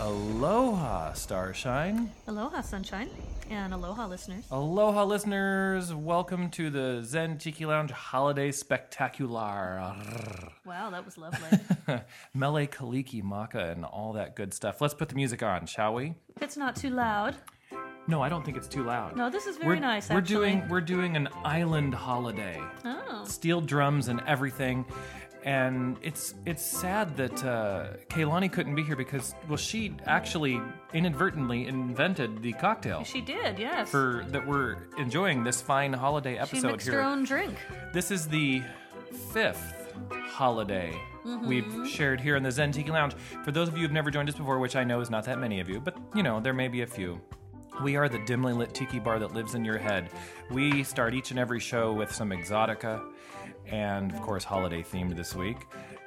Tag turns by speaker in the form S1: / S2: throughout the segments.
S1: Aloha, Starshine.
S2: Aloha, sunshine, and aloha, listeners.
S1: Aloha, listeners. Welcome to the Zen Tiki Lounge Holiday Spectacular.
S2: Wow, that was lovely.
S1: Mele Kaliki Maka and all that good stuff. Let's put the music on, shall we?
S2: it's not too loud.
S1: No, I don't think it's too loud.
S2: No, this is very
S1: we're,
S2: nice.
S1: We're
S2: actually.
S1: doing we're doing an island holiday.
S2: Oh,
S1: Steel drums and everything. And it's it's sad that uh, Kaylani couldn't be here because well she actually inadvertently invented the cocktail.
S2: she did. Yes.
S1: for that we're enjoying this fine holiday
S2: she
S1: episode
S2: mixed her
S1: here.
S2: own drink.
S1: this is the fifth holiday
S2: Mm-hmm.
S1: we've shared here in the Zen Tiki Lounge. For those of you who've never joined us before, which I know is not that many of you, but you know, there may be a few. We are the dimly lit tiki bar that lives in your head. We start each and every show with some exotica and, of course, holiday themed this week.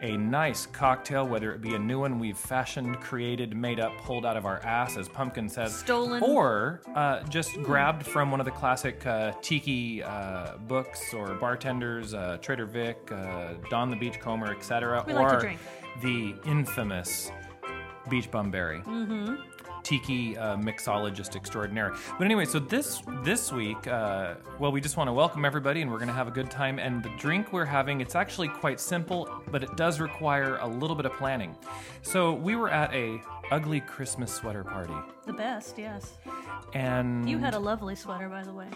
S1: A nice cocktail, whether it be a new one we've fashioned, created, made up, pulled out of our ass, as Pumpkin says,
S2: Stolen.
S1: or or uh, just grabbed from one of the classic uh, tiki uh, books or bartenders, uh, Trader Vic, uh, Don the Beachcomber, etc.
S2: We
S1: or
S2: like to drink.
S1: the infamous Beach Bum Berry. Mm-hmm. Tiki uh, mixologist extraordinaire. But anyway, so this this week, uh, well, we just want to welcome everybody, and we're going to have a good time. And the drink we're having, it's actually quite simple, but it does require a little bit of planning. So we were at a ugly Christmas sweater party,
S2: The best. Yes.
S1: and
S2: You had a lovely sweater, by the way.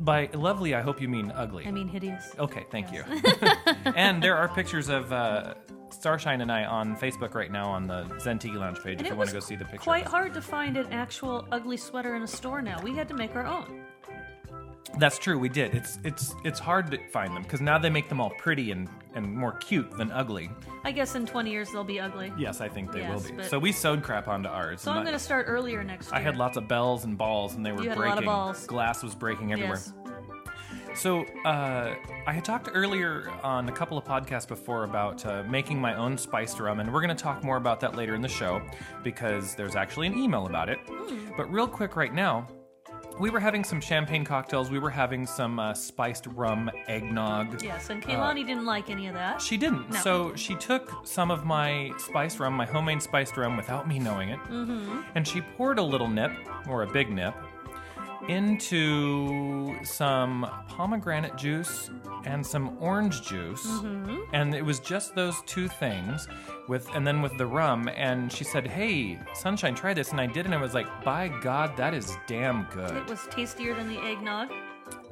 S1: by lovely, I hope you mean ugly.
S2: I mean, hideous.
S1: okay, thank you. and there are pictures of uh, Starshine and I on Facebook right now on the Zen Tiki Lounge page
S2: And
S1: if
S2: it
S1: you want
S2: was
S1: to go see the picture.
S2: quite hard to find an actual ugly sweater in a store now. We had to make our own.
S1: That's true, we did. It's it's it's hard to find them because now they make them all pretty and, and more cute than ugly.
S2: I guess in 20 years they'll be ugly.
S1: Yes, I think they
S2: Yes,
S1: will be.
S2: but-
S1: So we sewed crap onto ours.
S2: So
S1: and
S2: I'm
S1: I-
S2: going to start earlier next year.
S1: I had lots of bells and balls, and they were
S2: You had a lot
S1: breaking.
S2: of balls.
S1: Glass was breaking everywhere.
S2: Yes.
S1: So uh, I had talked earlier on a couple of podcasts before about uh, making my own spiced rum, and we're going to talk more about that later in the show because there's actually an email about it. But real quick, right now. We were having some champagne cocktails. We were having some uh, spiced rum eggnog.
S2: Yes, and Kaylani didn't like any of that.
S1: She didn't.
S2: No.
S1: So she took some of my spiced rum, my homemade spiced rum, without me knowing it,
S2: Mm-hmm.
S1: and she poured a little nip, or a big nip, into some pomegranate juice and some orange juice.
S2: Mm-hmm.
S1: And it was just those two things with and then with the rum and she said, "Hey, sunshine, try this." And I did and I was like, "By god, that is damn good."
S2: It was tastier than the eggnog.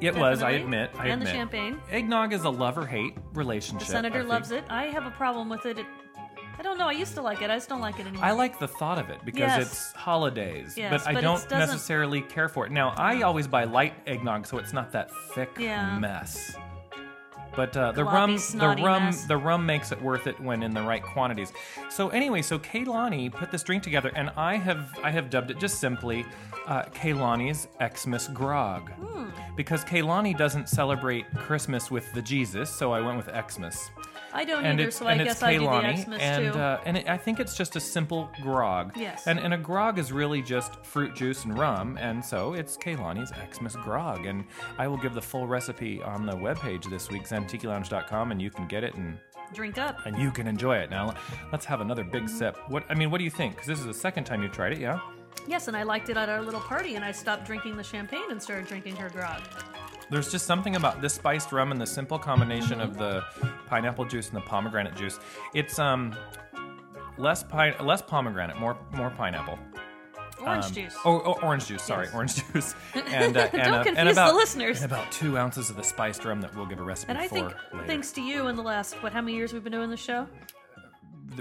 S1: It was, I
S2: Definitely.
S1: admit. I
S2: And the
S1: admit.
S2: champagne.
S1: Eggnog is a love or hate
S2: The
S1: relationship.
S2: senator
S1: I think.
S2: loves it. I have a problem with it. it. I don't know. I used to like it. I just don't like it anymore.
S1: I like the thought of it because
S2: Yes.
S1: it's holidays,
S2: Yes,
S1: but I
S2: but it
S1: don't
S2: doesn't-
S1: necessarily care for it. Now, I always buy light eggnog, so it's not that thick
S2: Yeah.
S1: mess. But uh, the
S2: Gloppy,
S1: rum, the
S2: snotty
S1: rum,
S2: mess.
S1: the rum makes it worth it when in the right quantities. So anyway, so Kaylani put this drink together, and I have I have dubbed it just simply uh, Kaylani's Xmas Grog,
S2: Hmm.
S1: because Kaylani doesn't celebrate Christmas with the Jesus, so I went with Xmas
S2: I don't
S1: and
S2: either,
S1: it's
S2: so I
S1: and
S2: guess
S1: it's
S2: I do the
S1: Kailani,
S2: Xmas
S1: and
S2: too.
S1: Uh, and it, I think it's just a simple grog.
S2: Yes.
S1: And and a grog is really just fruit juice and rum, and so it's Kaylani's Xmas grog. And I will give the full recipe on the webpage this week, zentikilounge.com, and you can get it and
S2: Drink up.
S1: and you can enjoy it. Now let's have another big
S2: Mm-hmm.
S1: sip. What I mean, what do you think? Because this is the second time you tried it, yeah.
S2: Yes, and I liked it at our little party, and I stopped drinking the champagne and started drinking her grog.
S1: There's just something about this spiced rum and the simple combination of the
S2: Mm-hmm.
S1: pineapple juice and the pomegranate juice. It's um less pine less pomegranate, more more pineapple.
S2: Orange
S1: Um,
S2: juice.
S1: Oh, oh, orange juice. Sorry,
S2: Yes.
S1: orange juice. And, uh, and,
S2: Don't
S1: uh,
S2: confuse
S1: and
S2: the
S1: about,
S2: listeners.
S1: And about two ounces of the spiced rum that we'll give a recipe
S2: and I
S1: for
S2: think,
S1: later.
S2: thanks to you, in the last what, how many years we've been doing this show,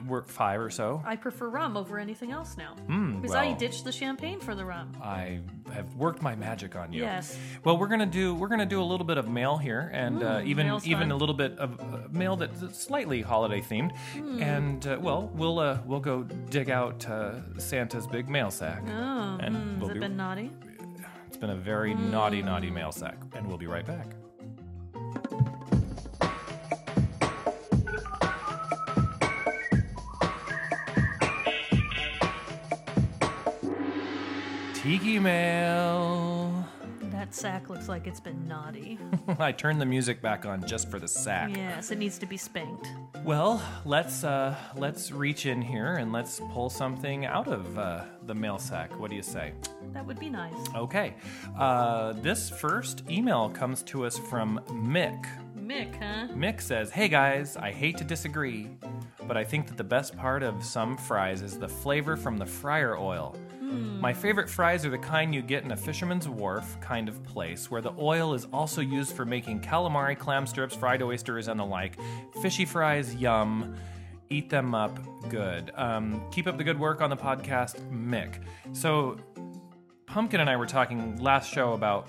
S1: We're five or so.
S2: I prefer rum over anything else now because I
S1: Hmm, well.
S2: ditched the champagne for the rum.
S1: I have worked my magic on you.
S2: Yes. Mm,
S1: Well, we're gonna do we're gonna do a little bit of mail here, and uh, even
S2: mail's
S1: even
S2: fun.
S1: a little bit of uh, mail that's slightly holiday themed.
S2: Hmm.
S1: And uh, well, we'll uh, we'll go dig out uh, Santa's big mail sack,
S2: Oh,
S1: and
S2: mm,
S1: we'll
S2: has
S1: be,
S2: it been naughty?
S1: it's been a very naughty naughty mail sack, and we'll be right back. Tiki mail.
S2: That sack looks like it's been naughty.
S1: I turned the music back on just for the sack.
S2: yes, it needs to be spanked.
S1: Well, let's uh, let's reach in here and let's pull something out of uh, the mail sack. What do you say?
S2: That would be nice.
S1: Okay. Uh, this first email comes to us from Mick.
S2: Mick, huh?
S1: Mick says, "Hey guys, I hate to disagree, but I think that the best part of some fries is the flavor from the fryer oil." My favorite fries are the kind you get in a fisherman's wharf kind of place where the oil is also used for making calamari, clam strips, fried oysters, and the like. Fishy fries, yum. Eat them up good. Um, keep up the good work on the podcast, Mick. So, Pumpkin and I were talking last show about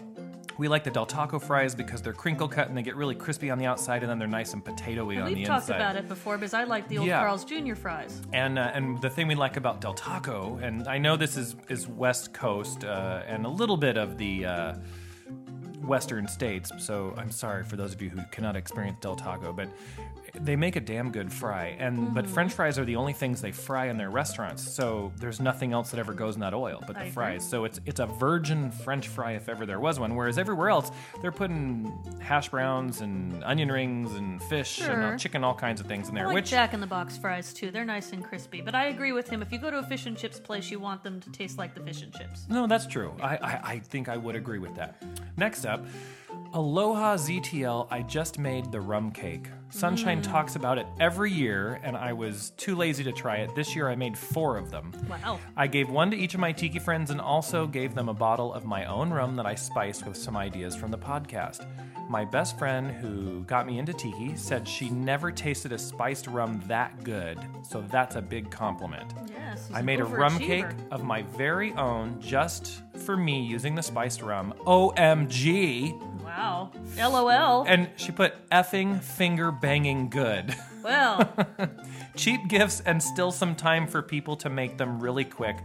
S1: we like the Del Taco fries because they're crinkle cut and they get really crispy on the outside and then they're nice and potatoey on the
S2: We've talked
S1: inside.
S2: about it before because I like the old
S1: Yeah.
S2: Carl's Jr. fries.
S1: And uh, and the thing we like about Del Taco, and I know this is is West Coast uh, and a little bit of the uh, Western states. So I'm sorry for those of you who cannot experience Del Taco, but they make a damn good fry. And
S2: Mm-hmm.
S1: but French fries are the only things they fry in their restaurants. So there's nothing else that ever goes in that oil but the
S2: agree.
S1: fries. So it's it's a virgin French fry if ever there was one. Whereas everywhere else they're putting hash browns and onion rings and fish and uh,
S2: Sure.
S1: chicken, all kinds of things in
S2: I
S1: there.
S2: like
S1: which
S2: Jack in the Box fries too. They're nice and crispy. But I agree with him. If you go to a fish and chips place, you want them to taste like the fish and chips.
S1: No, that's true. I, I, I think I would agree with that. Next up, Aloha ZTL, I just made the rum cake. Sunshine talks about it every year, and I was too lazy to try it. This year I made four of them.
S2: Wow.
S1: I gave one to each of my tiki friends and also gave them a bottle of my own rum that I spiced with some ideas from the podcast. My best friend who got me into tiki said she never tasted a spiced rum that good, so that's a big compliment.
S2: Yes. he's
S1: I
S2: an
S1: made a rum cake
S2: overachiever.
S1: of my very own just for me using the spiced rum. OMG.
S2: Wow. LOL.
S1: And she put effing finger banging good.
S2: Well,
S1: Cheap gifts and still some time for people to make them really quick.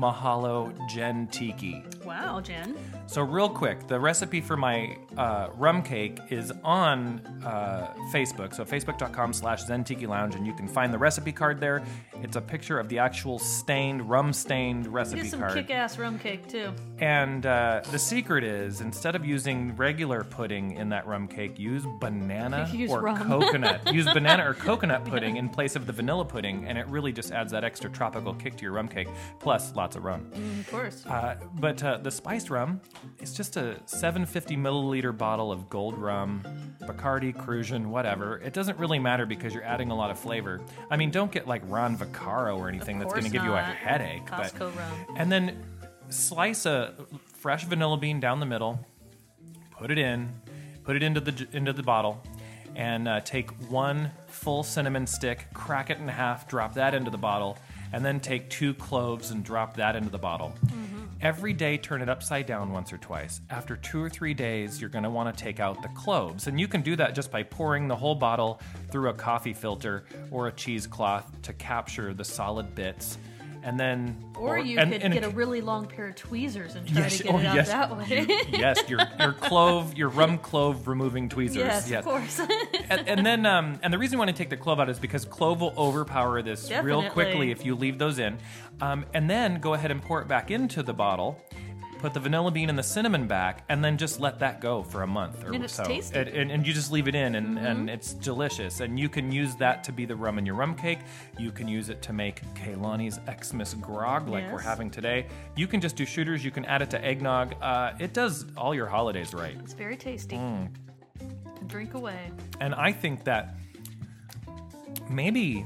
S1: Mahalo Gen Tiki.
S2: wow, Jen.
S1: So, real quick, the recipe for my uh, rum cake is on uh, Facebook. So, facebook.com slash zentiki lounge, and you can find the recipe card there. It's a picture of the actual stained, rum stained recipe
S2: Get some
S1: card.
S2: kick ass rum cake too.
S1: And uh, the secret is instead of using regular pudding in that rum cake, use banana
S2: Use
S1: or
S2: rum.
S1: coconut. use banana or coconut pudding in place of the vanilla pudding, and it really just adds that extra tropical kick to your rum cake, plus lots of rum.
S2: Of course.
S1: Uh, but uh, the spiced rum is just a 750 milliliter bottle of gold rum, Bacardi, Cruzian, whatever. It doesn't really matter because you're adding a lot of flavor. I mean, don't get like Ron Vaccaro or anything that's going to
S2: course
S1: give you a
S2: not.
S1: headache. but-
S2: Costco rum.
S1: and then slice a fresh vanilla bean down the middle, put it in, put it into the j- into the bottle, and uh, take one full cinnamon stick, crack it in half, drop that into the bottle, and then take two cloves and drop that into the bottle.
S2: Mm-hmm.
S1: Every day, turn it upside down once or twice. After two or three days, you're going to want to take out the cloves, and you can do that just by pouring the whole bottle through a coffee filter or a cheesecloth to capture the solid bits. And then,
S2: Or you
S1: and-
S2: could
S1: and-
S2: get a really long pair of tweezers and try to get
S1: oh,
S2: it out
S1: yes,
S2: that way.
S1: you- yes, your your clove, your rum clove removing tweezers.
S2: yes, of course.
S1: And, and then, um, and the reason why I want to take the clove out is because clove will overpower this real
S2: Definitely.
S1: quickly if you leave those in. Um, and then go ahead and pour it back into the bottle. Put the vanilla bean and the cinnamon back, and then just let that go for a month or
S2: And it's
S1: so.
S2: tasty. Mm-hmm.
S1: And, and, and you just leave it in, and, and it's delicious. And you can use that to be the rum in your rum cake. You can use it to make Kaylani's Xmas grog, like we're
S2: Yes.
S1: having today. You can just do shooters. You can add it to eggnog. Uh, it does all your holidays right.
S2: it's very tasty.
S1: Mm.
S2: Drink away.
S1: And I think that maybe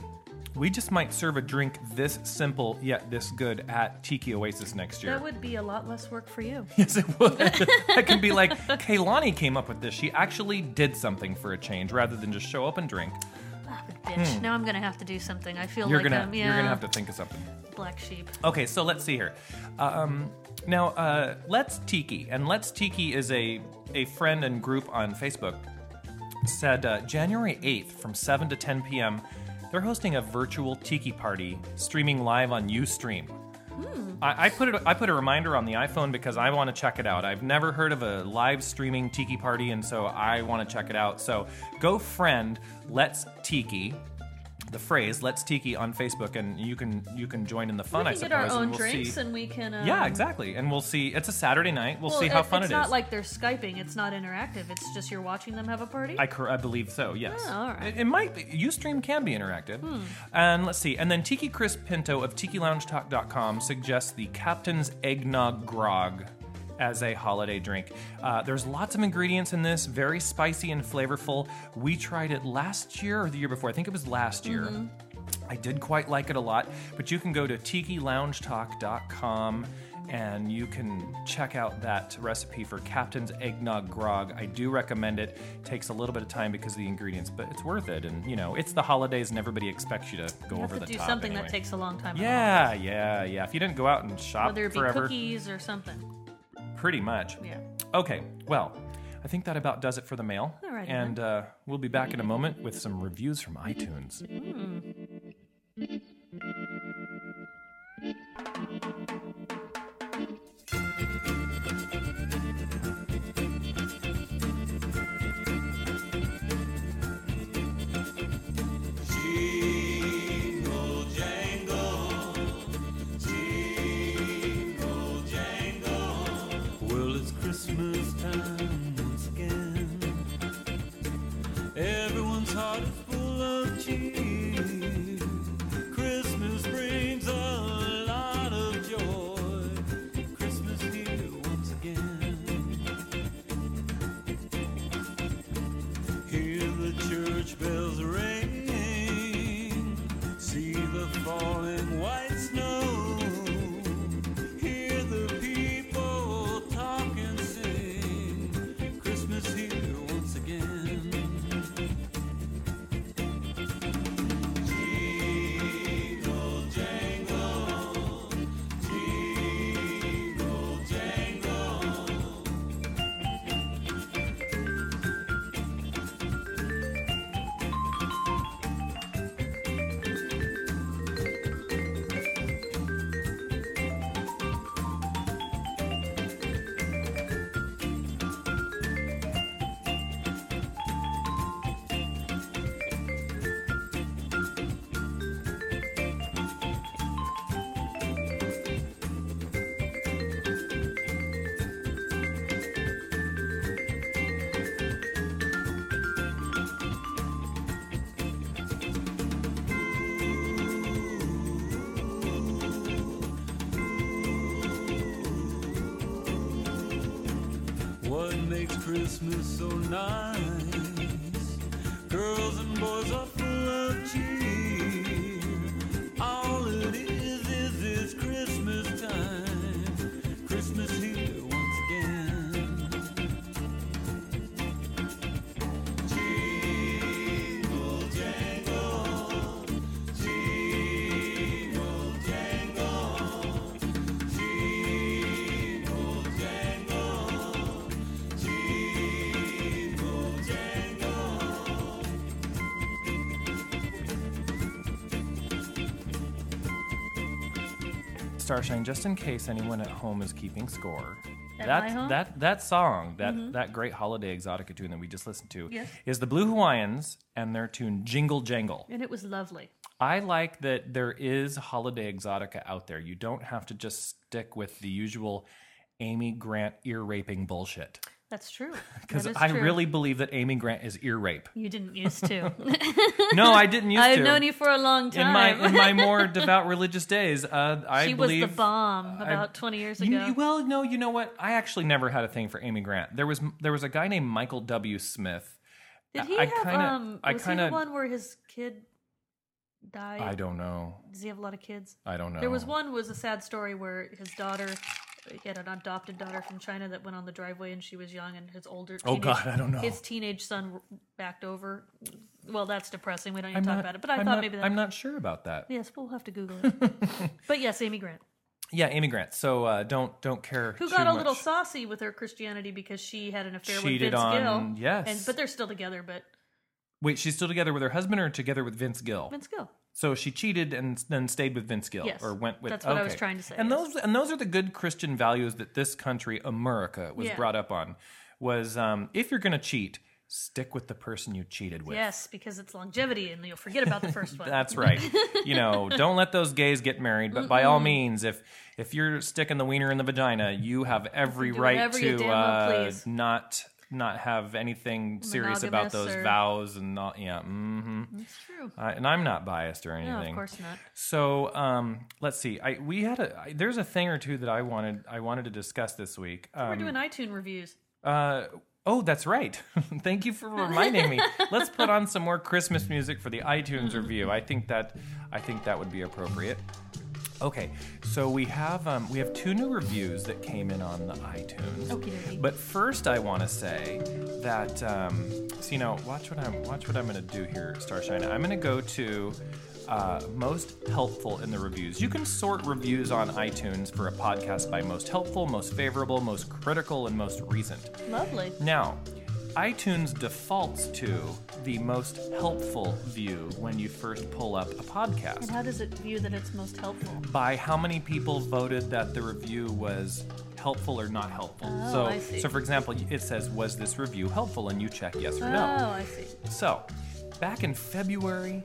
S1: we just might serve a drink this simple yet this good at Tiki Oasis next year.
S2: That would be a lot less work for you.
S1: yes, it would. that could be like Kaylani came up with this. She actually did something for a change rather than just show up and drink.
S2: Ah, bitch. Now I'm gonna have to do something. I feel
S1: Hmm. You're
S2: like
S1: gonna
S2: I'm yeah,
S1: you're gonna have to think of something.
S2: black sheep.
S1: Okay, so let's see here. Um, now, uh, Let's Tiki, and Let's Tiki is a, a friend and group on Facebook, said uh, January 8th from 7 to 10 p.m., they're hosting a virtual Tiki party streaming live on Ustream.
S2: Hmm.
S1: I, I put it. I put a reminder on the iPhone because I want to check it out. I've never heard of a live streaming tiki party, and so I want to check it out. So go friend Let's Tiki. the phrase "Let's Tiki" on Facebook, and you can you can join in the fun.
S2: we
S1: I
S2: can
S1: suppose.
S2: get our
S1: and
S2: own
S1: we'll
S2: drinks
S1: see.
S2: and we can. Um,
S1: yeah, exactly. And we'll see. It's a Saturday night. We'll,
S2: Well,
S1: see
S2: it-
S1: how fun
S2: it's
S1: it
S2: not
S1: is.
S2: like they're Skyping. It's not interactive. It's just you're watching them have a party.
S1: I, cor- I believe so. Yes.
S2: Oh, all right. Hmm.
S1: It, it might. Be, UStream can be interactive. And let's see. And then Tiki Chris Pinto of TikiLoungeTalk.com suggests the Captain's Eggnog Grog as a holiday drink. Uh, there's lots of ingredients in this. Very spicy and flavorful. We tried it last year or the year before. I think it was last year.
S2: Mm-hmm.
S1: I did quite like it a lot, but you can go to tikiloungetalk.com and you can check out that recipe for Captain's Eggnog Grog. I do recommend it. Takes a little bit of time because of the ingredients, but it's worth it. And, you know, it's the holidays and everybody expects you to go
S2: you have
S1: over
S2: to
S1: the
S2: do
S1: top.
S2: something
S1: anyway.
S2: that takes a long time. at all.
S1: Yeah, yeah, yeah. If you didn't go out and shop
S2: Whether it be
S1: forever,
S2: cookies or something.
S1: pretty much.
S2: Yeah.
S1: Okay, well, I think that about does it for the mail.
S2: All right,
S1: And uh, we'll be back in a moment with some reviews from iTunes.
S3: Jingle jangle, jingle jangle. Well, it's Christmas time once again. Everyone's heart is full of cheer. Christmas brings a lot of joy. Christmas here once again. Hear the church bells ring. See the falling white snow. Hear the people talk and sing. Christmas here once again. Jingle jangle, jingle jangle. What makes Christmas so nice? Girls and boys are full of cheer. All it is is it's Christmas time. Christmas here once again. Jingle jangle, jingle jangle, jingle jangle. Jingle jangle,
S1: Starshine, just in case anyone at home is keeping score.
S2: At
S1: that
S2: my home? Mm-hmm.
S1: that that song, that that great holiday exotica tune that we just listened to,
S2: Yes.
S1: is the Blue Hawaiians and their tune Jingle Jangle.
S2: And it was lovely.
S1: I like that there is holiday exotica out there. You don't have to just stick with the usual Amy Grant ear raping bullshit.
S2: That's true. That
S1: Because
S2: is
S1: I
S2: true.
S1: really believe that Amy Grant is ear rape.
S2: You didn't used to.
S1: No, I didn't used
S2: I've
S1: to.
S2: known you for a long
S1: in
S2: time.
S1: my in my more devout religious days, uh, I
S2: she was
S1: believe
S2: the bomb about 20 years
S1: You-
S2: ago.
S1: you- well, no, you know what? I actually never had a thing for Amy Grant. There was there was a guy named Michael W. Smith.
S2: Did he
S1: I
S2: have
S1: kinda-
S2: um?
S1: I
S2: was he
S1: kinda-
S2: the one where his kid died?
S1: I don't know.
S2: Does he have a lot of kids?
S1: I don't know.
S2: There was one was a sad story where his daughter, he had an adopted daughter from China that went on the driveway and she was young and his older.
S1: Oh, God, I don't know.
S2: His teenage son backed over. Well, that's depressing. We don't even
S1: I'm
S2: talk
S1: not-
S2: about it. But I
S1: I'm
S2: thought
S1: not-
S2: maybe that.
S1: I'm not sure about that.
S2: Yes, we'll have to Google it. but yes, Amy Grant,
S1: Yeah, Amy Grant. So uh, don't don't care.
S2: who
S1: too
S2: got a
S1: much.
S2: little saucy with her Christianity because she had an affair with
S1: Cheated
S2: Vince
S1: on-
S2: Gill.
S1: yes.
S2: and but they're still together. But
S1: Wait, she's still together with her husband or together with Vince Gill?
S2: Vince Gill.
S1: So she cheated and then stayed with Vince Gill,
S2: Yes.
S1: or went with.
S2: That's what I was
S1: okay.
S2: trying to say,
S1: And
S2: yes.
S1: those and those are the good Christian values that this country, America, was
S2: Yeah.
S1: brought up on. Was um, if you're going to cheat, stick with the person you cheated with.
S2: Yes, because it's longevity, and you'll forget about the first one.
S1: That's right. you know, don't let those gays get married. But by
S2: Mm-hmm.
S1: all means, if if you're sticking the wiener in the vagina, you have every
S2: do
S1: right
S2: whatever you
S1: to
S2: damn well
S1: uh,
S2: please.
S1: not not have anything serious about
S2: Monogamous
S1: those
S2: or-
S1: vows and not. Yeah, mm-hmm.
S2: That's true.
S1: I, and I'm not biased or anything.
S2: No, of course not.
S1: So um, let's see. I we had a I, there's a thing or two that I wanted I wanted to discuss this week.
S2: We're
S1: Um,
S2: doing iTunes reviews.
S1: uh, oh, that's right. Thank you for reminding me. Let's put on some more Christmas music for the
S2: Mm.
S1: iTunes review. I think that I think that would be appropriate. Okay, so we have um, we have two new reviews that came in on the iTunes.
S2: Okie dokie.
S1: But first, I want to say that um, so you know, watch what I'm watch what I'm going to do here, Starshine. I'm going to go to uh, most helpful in the reviews. You can sort reviews on iTunes for a podcast by most helpful, most favorable, most critical, and most recent.
S2: Lovely.
S1: Now, iTunes defaults to the most helpful view when you first pull up a
S2: And
S1: podcast
S2: how does it view that it's most helpful?
S1: by how many people voted that the review was helpful or not helpful.
S2: Oh,
S1: so,
S2: I see.
S1: so for example, it says, "Was this review helpful?" and you check yes or
S2: Oh,
S1: no.
S2: I see.
S1: So, back in February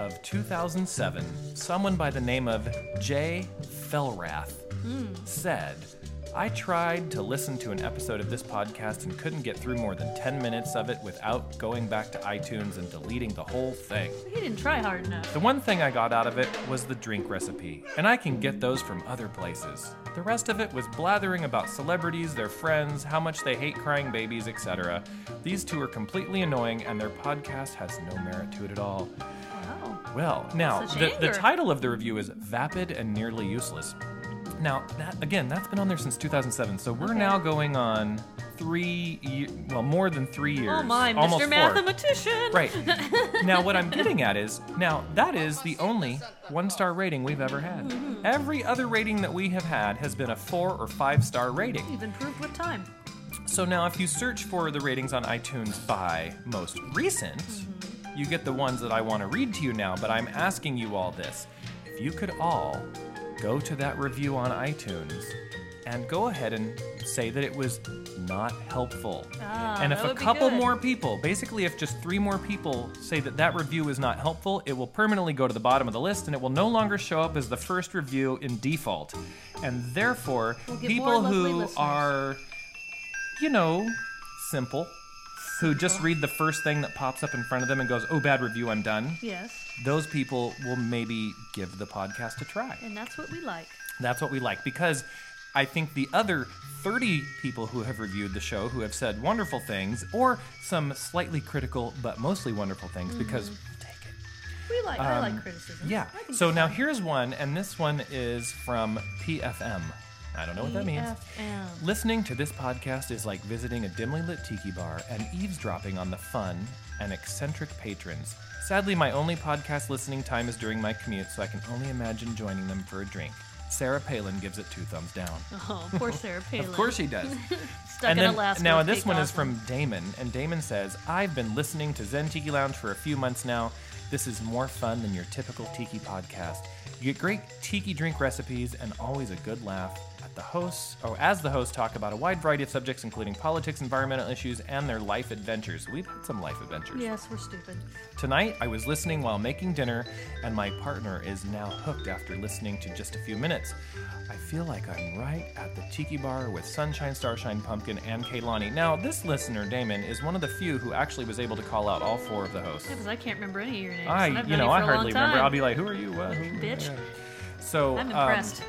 S1: of 2007, someone by the name of Jay Felrath said, I tried to listen to an episode of this podcast and couldn't get through more than 10 minutes of it without going back to iTunes and deleting the whole thing.
S2: He didn't try hard enough.
S1: The one thing I got out of it was the drink recipe, and I can get those from other places. The rest of it was blathering about celebrities, their friends, how much they hate crying babies, etc. These two are completely annoying, and their podcast has no merit to it at all.
S2: Wow.
S1: Well, now,
S2: Such
S1: the, the
S2: anger.
S1: title of the review is Vapid and Nearly Useless. Now, that again, that's been on there since 2007, so we're
S2: Okay.
S1: now going on three, ye- well, more than three years.
S2: Oh my, Mr.
S1: almost four.
S2: Mathematician.
S1: Right. now, what I'm getting at is now that is the only one star rating we've ever had. Every other rating that we have had has been a four or five star rating.
S2: You've improved with time.
S1: So now, if you search for the ratings on iTunes by most recent,
S2: Mm-hmm.
S1: you get the ones that I want to read to you now, but I'm asking you all this. If you could all go to that review on iTunes and go ahead and say that it was not helpful.
S2: Ah,
S1: and if
S2: that
S1: a
S2: would be
S1: couple
S2: good.
S1: more people, basically, if just three more people say that that review is not helpful, it will permanently go to the bottom of the list and it will no longer show up as the first review in default. And therefore,
S2: We'll get more
S1: people
S2: lovely
S1: who
S2: listeners.
S1: are, you know, simple, who just read the first thing that pops up in front of them and goes, oh, bad review, I'm done,
S2: Yes.
S1: those people will maybe give the podcast a try.
S2: And that's what we like.
S1: That's what we like because I think the other 30 people who have reviewed the show who have said wonderful things or some slightly critical but mostly wonderful things because
S2: Mm-hmm. We like. I like criticism.
S1: Um, yeah.
S2: I think
S1: So
S2: it's
S1: now
S2: fun.
S1: here's one and this one is from PFM. I don't know what that means.
S2: PFM.
S1: Listening to this podcast is like visiting a dimly lit tiki bar and eavesdropping on the fun and eccentric patrons. Sadly, my only podcast listening time is during my commute, so I can only imagine joining them for a drink. Sarah Palin gives it two thumbs down.
S2: Oh, poor Sarah Palin.
S1: Of course she does.
S2: Stuck in Alaska.
S1: now
S2: with
S1: this
S2: Kate
S1: one is
S2: Gosselin.
S1: from Damon, and Damon says, "I've been listening to Zen Tiki Lounge for a few months now. This is more fun than your typical tiki podcast. You get great tiki drink recipes and always a good laugh." At the hosts, or as the hosts talk about a wide variety of subjects, including politics, environmental issues, and their life adventures. We've had some life adventures.
S2: Yes, we're stupid.
S1: Tonight, I was listening while making dinner, and my partner is now hooked after listening to just a few minutes. I feel like I'm right at the tiki bar with Sunshine, Starshine, Pumpkin, and Kaylani. Now, this listener, Damon, is one of the few who actually was able to call out all four of the hosts.
S2: Because I can't remember any of your names. and
S1: I,
S2: I've
S1: you know,
S2: known you
S1: I
S2: for a long
S1: hardly remember.
S2: time,
S1: I'll be like, who are you? Uh, who-
S2: Bitch.
S1: So
S2: I'm
S1: um,
S2: impressed.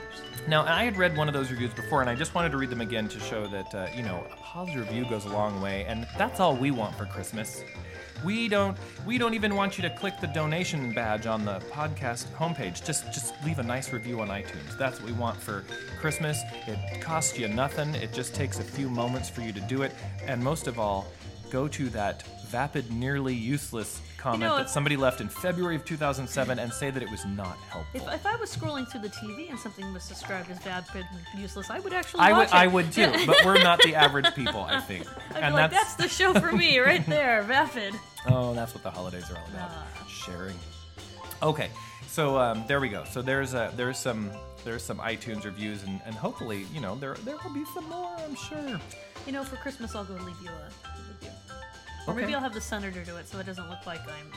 S1: now, I had read one of those reviews before, and I just wanted to read them again to show that, uh, you know, a positive review goes a long way, and that's all we want for Christmas. We don't. We don't even want you to click the donation badge on the podcast homepage. Just, just leave a nice review on iTunes. That's what we want for Christmas. It costs you nothing. It just takes a few moments for you to do it, and most of all, go to that vapid, nearly useless comment
S2: know,
S1: that
S2: if-
S1: somebody left in February of 2007 and say that it was not helpful.
S2: If, if I was scrolling through the TV and something was described as bad and useless, I would actually
S1: I would,
S2: watch
S1: I
S2: it.
S1: would too, but we're not the average people, I think.
S2: I'd be like, that's... the show for me right there, vapid.
S1: oh, that's what the holidays are all about, sharing. Okay, so um, there we go. So there's uh, there's some there's some iTunes reviews, and, and hopefully, you know, there there will be some more, I'm sure.
S2: You know, for Christmas, I'll go leave you a review. Or maybe
S1: Okay.
S2: I'll have the senator do it so it doesn't look like I'm,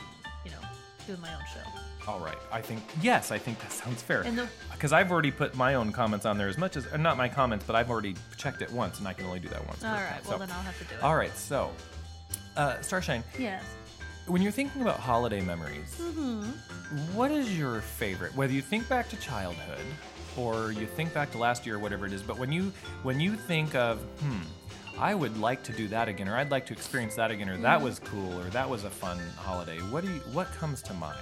S2: you know, doing my own show.
S1: All right. I think yes. I think that sounds fair.
S2: And the-
S1: Because I've already put my own comments on there as much as uh, not my comments, but I've already checked it once, and I can only do that once. per
S2: All
S1: account,
S2: right, well,
S1: so-
S2: then I'll have to do it.
S1: All right. So, uh, Starshine,
S2: Yes.
S1: when you're thinking about holiday memories,
S2: Mm-hmm.
S1: what is your favorite? Whether you think back to childhood or you think back to last year or whatever it is, but when you when you think of hmm, I would like to do that again, or I'd like to experience that again, or
S2: Mm-hmm.
S1: that was cool, or that was a fun holiday. What do you, what comes to mind?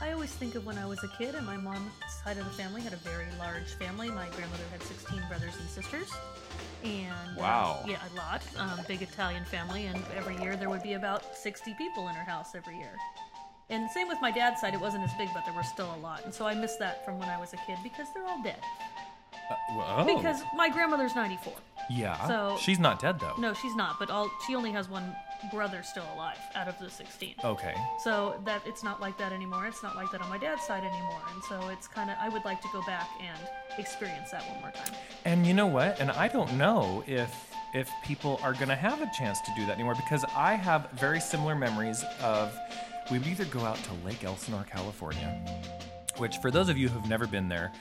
S2: I always think of when I was a kid and my mom's side of the family had a very large family. My grandmother had 16 brothers and sisters. And uh,
S1: Wow.
S2: yeah, a lot. Um, big Italian family, and every year there would be about 60 people in her house every year. And same with my dad's side, it wasn't as big, but there were still a lot. And so I miss that from when I was a kid because they're all dead.
S1: Uh, whoa.
S2: Because my grandmother's 94.
S1: yeah,
S2: so-
S1: she's not dead though.
S2: No, she's not, but all she only has one brother still alive out of the 16.
S1: Okay.
S2: So that it's not like that anymore. It's not like that on my dad's side anymore. And so it's kind of I would like to go back and experience that one more time.
S1: And you know what? And I don't know if if people are going to have a chance to do that anymore because I have very similar memories of we would either go out to Lake Elsinore, California, which for those of you who've never been there,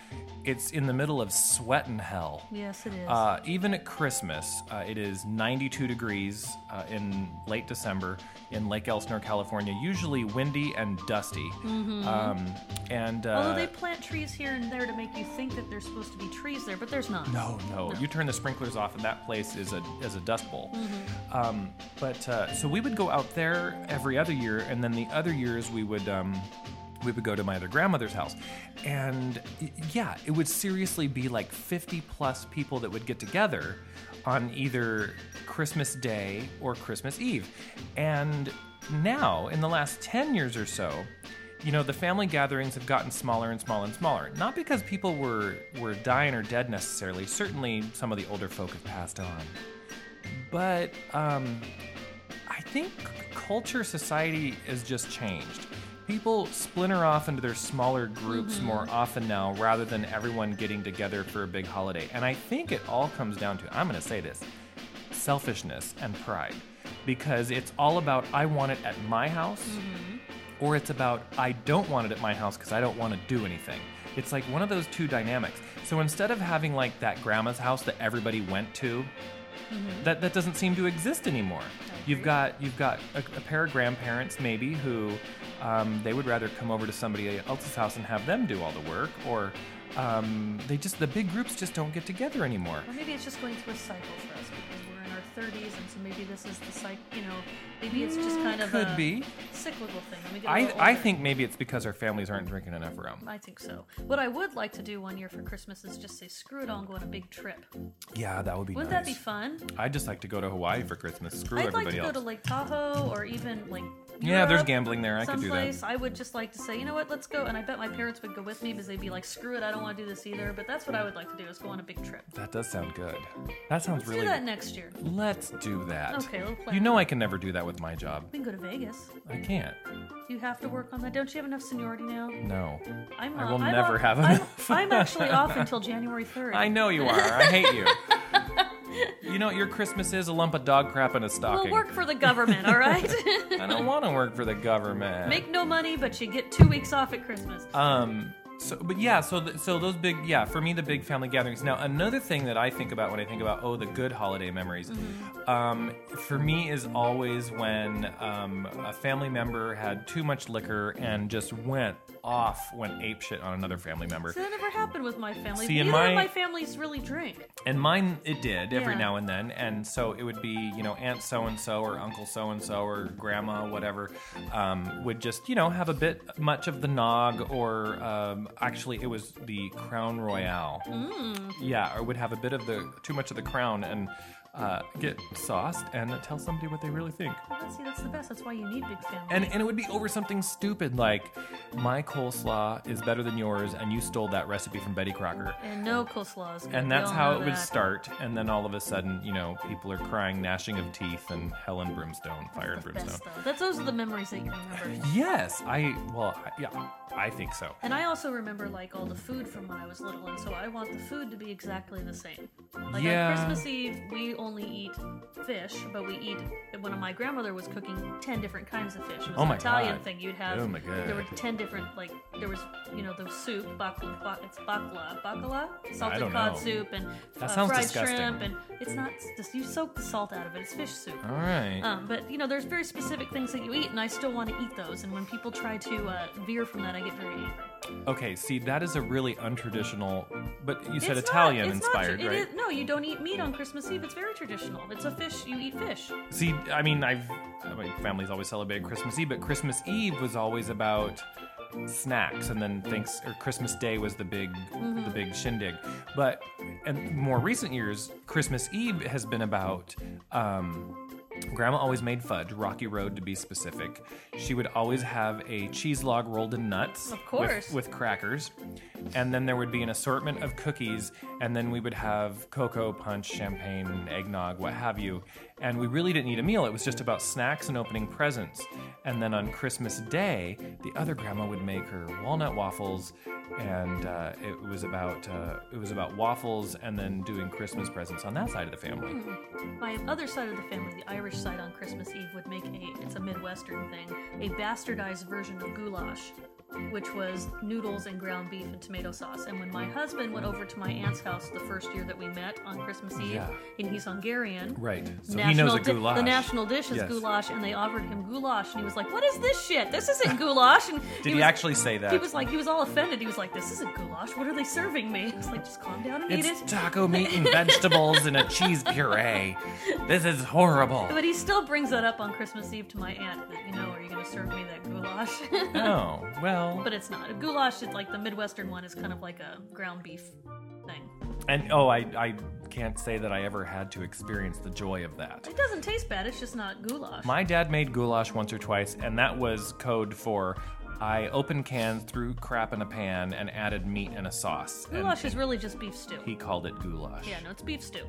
S1: it's in the middle of sweat and hell.
S2: Yes, it is.
S1: Uh, even at Christmas, uh, it is 92 degrees uh, in late December in Lake Elsinore, California. Usually windy and dusty. Um, and uh,
S2: Mm-hmm. Although they plant trees here and there to make you think that there's supposed to be trees there, but there's not.
S1: No, oh, no. You turn the sprinklers off, and that place is a is a dust bowl.
S2: Mm-hmm.
S1: Um, but uh, so we would go out there every other year, and then the other years we would um, we would go to my other grandmother's house, and y- yeah, it would seriously be like fifty plus people that would get together on either Christmas Day or Christmas Eve, and now in the last ten years or so you know the family gatherings have gotten smaller and smaller and smaller not because people were were dying or dead necessarily certainly some of the older folk have passed on but um, i think c- culture society has just changed people splinter off into their smaller groups more often now rather than everyone getting together for a big holiday and i think it all comes down to i'm going to say this selfishness and pride because it's all about i want it at my house or it's about I don't want it at my house because I don't want to do anything. It's like one of those two dynamics. So instead of having like that grandma's house that everybody went to, that that doesn't seem to exist anymore. You've got you've got a, a pair of grandparents maybe who um, they would rather come over to somebody else's house and have them do all the work, or um, they just the big groups just don't get together anymore.
S2: Or maybe it's just going through a cycle for us because we're in our 30s, and so maybe this is the cycle. You know, maybe it's just kind of
S1: Could
S2: a
S1: be.
S2: cyclical thing. and we get a
S1: I
S2: little
S1: I
S2: older.
S1: think maybe it's because our families aren't drinking enough rum.
S2: I think so. What I would like to do one year for Christmas is just say, screw it all and go on a big trip.
S1: Yeah, that would be.
S2: Wouldn't
S1: nice.
S2: that be fun?
S1: I'd just like to go to Hawaii for Christmas. Screw
S2: I'd like
S1: everybody
S2: to
S1: else.
S2: go to Lake Tahoe or even like.
S1: Yeah, there's
S2: Europe,
S1: gambling there. I could do that.
S2: someplace. I would just like to say, you know what? Let's go. And I bet my parents would go with me because they'd be like, "Screw it, I don't want to do this either." But that's what I would like to do is go on a big trip.
S1: That does sound good. That sounds
S2: Let's
S1: really.
S2: do that next year.
S1: Let's do that.
S2: Okay, we'll plan
S1: You know I can never do that with my job.
S2: We can go to Vegas.
S1: I can't.
S2: You have to work on that. Don't you have enough seniority now?
S1: No.
S2: I'm.
S1: I
S2: uh,
S1: will
S2: I'm
S1: never
S2: off-
S1: have
S2: I'm-
S1: enough.
S2: I'm, actually off until January third.
S1: I know you are. I hate you. you know what your Christmas is a lump of dog crap in a
S2: We'll
S1: stocking.
S2: work for the government, all right?
S1: I don't want to work for the government.
S2: Make no money, but you get two weeks off at Christmas.
S1: Um. So, but yeah. So, th- so those big, yeah. For me, the big family gatherings. Now, another thing that I think about when I think about oh, the good holiday memories. Um, for me, is always when um, a family member had too much liquor and just went off, went apeshit on another family member.
S2: that never happened with my family.
S1: See, in
S2: Neither of
S1: my-
S2: my families really drink.
S1: And mine, it did every
S2: Yeah.
S1: now and then. And so it would be, you know, Aunt so and so or Uncle so and so or Grandma, whatever, um, would just, you know, have a bit much of the nog or um, actually it was the Crown Royale. Yeah, or would have a bit of the, too much of the crown and uh, get sauced and tell somebody what they really think.
S2: Let's see, Oh, that's the best. That's why you need big families.
S1: And, and it would be over something stupid like, my coleslaw is better than yours and you stole that recipe from Betty Crocker.
S2: And no coleslaw is good.
S1: And
S2: We
S1: that's
S2: all
S1: how
S2: know
S1: it would
S2: that.
S1: start. And then all of a sudden, you know, people are crying, gnashing of teeth, and hell and brimstone, fire and
S2: That's the best
S1: brimstone.
S2: stuff. That's those are the memories that you remember.
S1: Yes, I, well, I, yeah, I think so.
S2: And I also remember like all the food from when I was little, and so I want the food to be exactly the same. Like
S1: Yeah.
S2: on Christmas Eve, we only eat fish, but we eat. When my grandmother was cooking, ten different kinds of fish. It was
S1: Oh
S2: an
S1: my
S2: Italian
S1: God.
S2: thing. You'd have.
S1: Oh my God.
S2: There were ten different like there was you know the soup bakla, bak, it's bakla bakla salted
S1: don't
S2: cod
S1: know.
S2: soup and
S1: That
S2: uh,
S1: sounds
S2: fried
S1: disgusting.
S2: shrimp and it's not just you soak the salt out of it. It's fish soup.
S1: All right.
S2: Um, but you know, there's very specific things that you eat, and I still want to eat those. And when people try to uh, veer from that, I get very angry.
S1: okay, see, that is a really untraditional, but you said
S2: It's not-
S1: Italian
S2: it's not
S1: inspired,
S2: tra- it
S1: right?
S2: is- no, you don't eat meat on Christmas Eve. It's very traditional. It's a fish. You eat fish.
S1: See, I mean, I've my family's always celebrated Christmas Eve, but Christmas Eve was always about snacks, and then thanks or Christmas Day was the big
S2: Mm-hmm.
S1: the big shindig. But in more recent years, Christmas Eve has been about. Um, Grandma always made fudge, Rocky Road to be specific. She would always have a cheese log rolled in nuts.
S2: Of course.
S1: With, with crackers. And then there would be an assortment of cookies. And then we would have cocoa, punch, champagne, eggnog, what have you. And we really didn't eat a meal. It was just about snacks and opening presents. And then on Christmas Day, the other grandma would make her walnut waffles. And uh, it was about uh, it was about waffles and then doing Christmas presents on that side of the family.
S2: My other side of the family, the Irish side, on Christmas Eve would make a. It's a Midwestern thing. A bastardized version of goulash. Which was noodles and ground beef and tomato sauce. And when my husband went over to my aunt's house the first year that we met on Christmas Eve,
S1: Yeah.
S2: and he's Hungarian,
S1: Right. So he
S2: national
S1: knows a
S2: di-
S1: goulash.
S2: the national dish is
S1: Yes.
S2: goulash, and they offered him goulash, and he was like, "What is this shit? This isn't goulash." And
S1: Did he,
S2: was-
S1: actually say that?
S2: He was like, he was all offended. He was like, "This isn't goulash. What are they serving me?" I was like, "Just calm down and eat
S1: It's
S2: it."
S1: taco meat and vegetables and a cheese puree. This is horrible.
S2: but he still brings that up on Christmas Eve to my aunt. That you know, are you going to serve me that goulash?
S1: Oh, well.
S2: but it's not. Goulash is like the Midwestern one is kind of like a ground beef thing.
S1: And oh, I, I can't say that I ever had to experience the joy of that.
S2: It doesn't taste bad. It's just not goulash.
S1: My dad made goulash once or twice, and that was code for I opened cans, threw crap in a pan, and added meat and a sauce. And
S2: goulash is really just beef stew.
S1: he called it goulash.
S2: yeah, no, it's beef stew.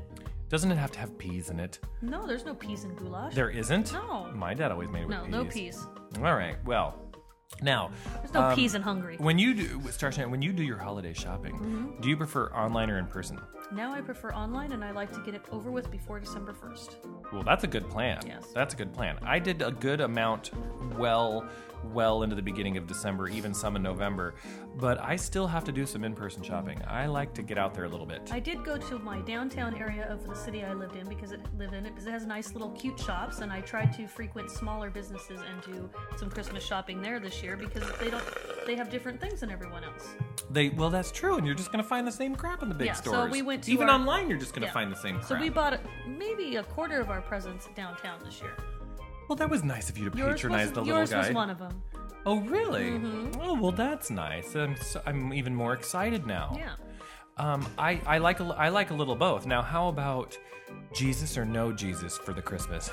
S1: Doesn't it have to have peas in it?
S2: No, there's no peas in goulash.
S1: There isn't?
S2: No.
S1: My dad always made it with
S2: no,
S1: peas.
S2: no peas.
S1: All right, well. Now,
S2: There's
S1: Um,
S2: no peas in Hungary.
S1: When you do, Starshine, when you do your holiday shopping,
S2: Mm-hmm.
S1: do you prefer online or in person?
S2: Now I prefer online and I like to get it over with before December 1st.
S1: Well, that's a good plan.
S2: Yes.
S1: That's a good plan. I did a good amount well, well into the beginning of December, even some in November, but I still have to do some in person shopping. I like to get out there a little bit.
S2: I did go to my downtown area of the city I lived in because it live in it because it has nice little cute shops and I tried to frequent smaller businesses and do some Christmas shopping there this year because they don't they have different things than everyone else.
S1: they well, that's true, and you're just gonna find the same crap in the big
S2: Yeah, so
S1: stores.
S2: we went to
S1: even
S2: our-
S1: online, you're just gonna
S2: Yeah.
S1: find the same crap.
S2: So we bought maybe a quarter of our presents downtown this year.
S1: well, that was nice of you to
S2: Yours
S1: patronize
S2: was,
S1: the little
S2: yours
S1: guy.
S2: was one of Mm-hmm. them.
S1: Oh, really? Oh, well, that's nice. I'm so, I'm even more excited now.
S2: Yeah.
S1: Um, I, I like a, li- I like a little both. Now, how about Jesus or no Jesus for the Christmas?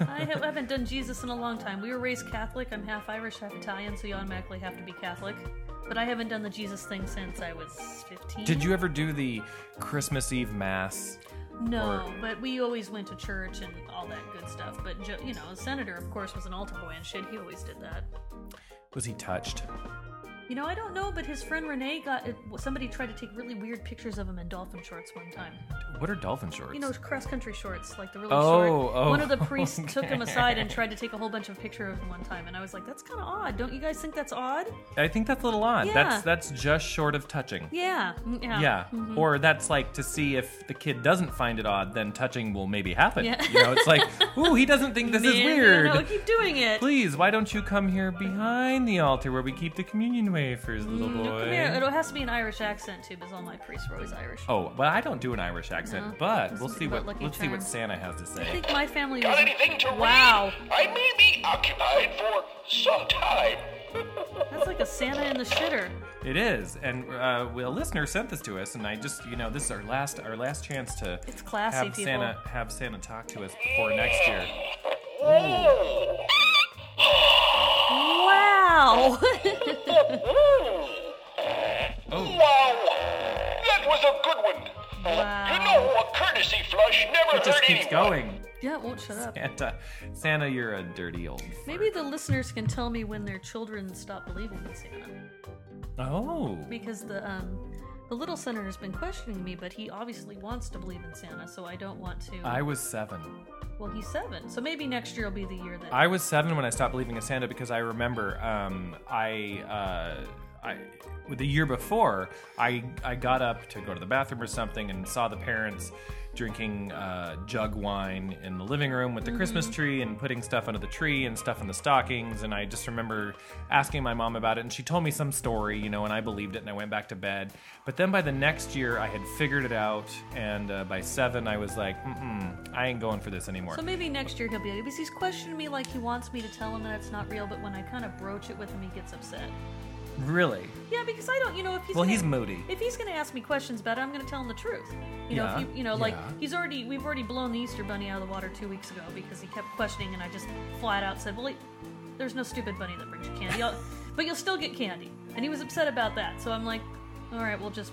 S2: I ha- haven't done Jesus in a long time. We were raised Catholic. I'm half Irish, half Italian, so you automatically have to be Catholic. But I haven't done the Jesus thing since I was 15.
S1: Did you ever do the Christmas Eve mass?
S2: No, but we always went to church and all that good stuff. But, jo- you know, a senator, of course, was an altar boy and shit. He always did that.
S1: Was he touched?
S2: You know, I don't know, but his friend Renee got. It, somebody tried to take really weird pictures of him in dolphin shorts one time.
S1: What are dolphin shorts?
S2: You know, cross country shorts, like the really
S1: Oh,
S2: short.
S1: oh,
S2: One of the priests took him aside and tried to take a whole bunch of pictures of him one time. And I was like, that's kind of odd. Don't you guys think that's odd?
S1: I think that's a little odd.
S2: Yeah.
S1: That's that's just short of touching.
S2: Yeah. mm, Yeah. Mm-hmm.
S1: Yeah, or that's like to see if the kid doesn't find it odd, then touching will maybe happen.
S2: Yeah.
S1: You know, it's like, ooh, he doesn't think this is
S2: Man,
S1: weird.
S2: No, keep doing it.
S1: Please, why don't you come here behind the altar where we keep the communion wafers, little boy?
S2: Mm, Come here. It has to be an Irish accent too, because all my priests were always Irish.
S1: Oh, well, I don't do an Irish accent, but we'll
S2: Something
S1: see what
S2: about Lucky
S1: let's see what
S2: Charms.
S1: Santa has to
S2: I
S1: say.
S2: think my family was.
S4: Got anything to
S2: wow,
S4: read? I may be occupied for some time.
S2: that's like a Santa in the shitter.
S1: It is, and uh, well, a listener sent this to us, and I just you know this is our last our last chance to
S2: It's classy,
S1: have
S2: people.
S1: Santa have Santa talk to us before next year.
S4: Ooh.
S2: Wow.
S4: Ooh.
S1: Oh,
S4: Wow. That was a good one. You
S2: wow.
S4: know, a courtesy flush never
S1: it just
S4: hurt
S1: keeps
S4: anyone.
S1: going.
S2: Yeah, it won't shut up.
S1: Santa, Santa, you're a dirty old.
S2: Maybe the listeners can tell me when their children stop believing in Santa,
S1: Oh,
S2: because the um, The little center has been questioning me, but he obviously wants to believe in Santa, so I don't want to.
S1: I was seven.
S2: well, he's seven, so maybe next year will be the year that.
S1: I was seven when I stopped believing in Santa because I remember um, I. Uh, I, the year before, I, I got up to go to the bathroom or something and saw the parents drinking uh, jug wine in the living room with the Christmas tree and putting stuff under the tree and stuff in the stockings. And I just remember asking my mom about it, and she told me some story, you know, and I believed it and I went back to bed. But then by the next year, I had figured it out, and uh, by seven, I was like, mm I ain't going for this anymore.
S2: so maybe next year he'll be because he's questioning me like he wants me to tell him that it's not real, but when I kind of broach it with him, he gets upset.
S1: Really?
S2: Yeah, because I don't, you know, if he's
S1: Well,
S2: gonna,
S1: he's moody.
S2: If he's going to ask me questions about it, I'm going to tell him the truth. You know,
S1: Yeah,
S2: if you, you know, like
S1: yeah.
S2: he's already, we've already blown the Easter Bunny out of the water two weeks ago because he kept questioning, and I just flat out said, "Well, he- there's no stupid bunny that brings you candy, I'll- but you'll still get candy." And he was upset about that, so I'm like, "All right, we'll just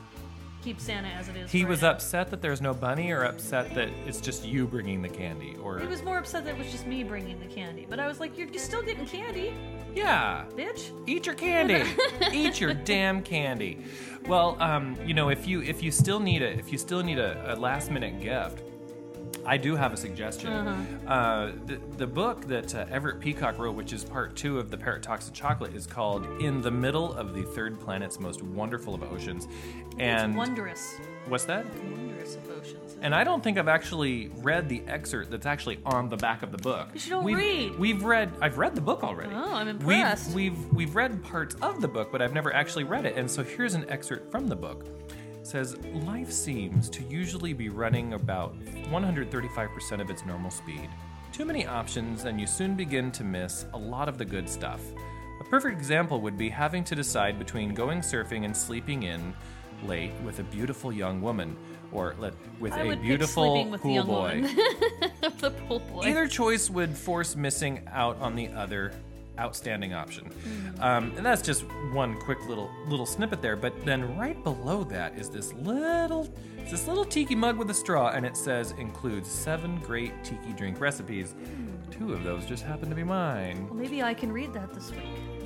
S2: keep Santa as it is."
S1: He
S2: for
S1: was
S2: now."
S1: upset that there's no bunny, or upset that it's just you bringing the candy, or
S2: He was more upset that it was just me bringing the candy, but I was like, "You're still getting candy,
S1: yeah,
S2: bitch."
S1: eat your candy, eat your damn candy. Well, um, you know, if you if you still need a if you still need a, a last minute gift, I do have a suggestion.
S2: Uh-huh.
S1: uh the, the book that uh, Everett Peacock wrote, which is part two of The Parrot Talks to Chocolate, is called "In the Middle of the Third Planet's Most Wonderful of Oceans," and
S2: it's wondrous,
S1: what's that?
S2: wondrous of oceans.
S1: And I don't think I've actually read the excerpt that's actually on the back of the book.
S2: You should all
S1: we've,
S2: read.
S1: We've read. I've read the book already.
S2: Oh, I'm impressed.
S1: We've, we've we've read parts of the book, but I've never actually read it. And so here's an excerpt from the book. It says life seems to usually be running about 135% of its normal speed. Too many options, and you soon begin to miss a lot of the good stuff. A perfect example would be having to decide between going surfing and sleeping in late with a beautiful young woman, or let, with
S2: I
S1: a
S2: would pick
S1: beautiful
S2: sleeping with the
S1: cool
S2: young
S1: boy.
S2: woman. the pool Oh, boy.
S1: Either choice would force missing out on the other outstanding option. Um, and that's just one quick little little snippet there. But then right below that is this little it's this little tiki mug with a straw, and it says includes seven great tiki drink recipes. Two of those just happen to be mine.
S2: Well, maybe I can read that this week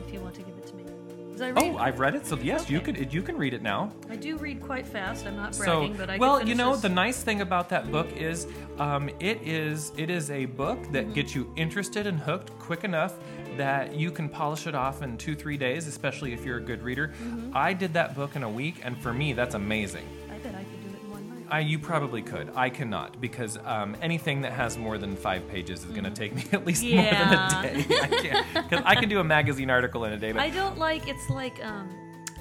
S2: if you want to give it to me. 'Cause I read,
S1: Oh, I've read it, so yes, you
S2: Okay.
S1: could you can read it now.
S2: I do read quite fast. I'm not
S1: so
S2: bragging, but I
S1: well
S2: could
S1: you
S2: finish
S1: know
S2: this.
S1: the nice thing about that book is um, it is it is a book that gets you interested and hooked quick enough that you can polish it off in two three days especially if you're a good reader
S2: Mm-hmm.
S1: i did that book in a week and for me that's amazing
S2: I bet I could do it in one night.
S1: I, you probably could. I cannot because um, anything that has more than five pages is going to take me at least
S2: Mm-hmm. Yeah.
S1: more than a day. I can't because I can do a magazine article in a day, but
S2: I don't like it's like um,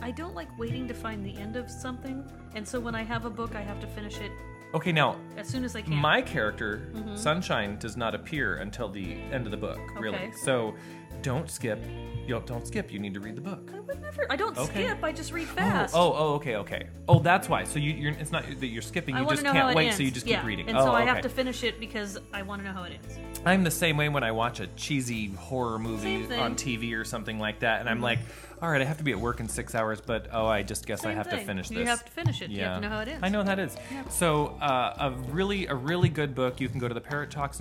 S2: I don't like waiting to find the end of something, and so when I have a book, I have to finish it
S1: okay. Now
S2: as soon as I can.
S1: my character sunshine does not appear until the end of the book really
S2: Mm-hmm. Okay.
S1: so don't skip you don't skip you need to read the book
S2: I would never. I don't
S1: Okay.
S2: skip. I just read
S1: oh,
S2: fast.
S1: oh oh, okay okay oh that's why so you, you're it's not that you're skipping
S2: I
S1: you
S2: want
S1: just
S2: to know how
S1: can't
S2: it
S1: wait
S2: ends.
S1: so you just
S2: yeah.
S1: keep reading
S2: And
S1: oh
S2: so I
S1: okay.
S2: have to finish it because I want to know how it ends.
S1: i'm the same way when i watch a cheesy horror movie
S2: Same thing. Mm-hmm.
S1: on tv or something like that and i'm like all right i have to be at work in six hours but oh i just guess i
S2: Same
S1: have to
S2: thing.
S1: finish this
S2: You have to finish it. You have to know how it ends.
S1: I know how that is. So uh, a really a really good book. You can go to the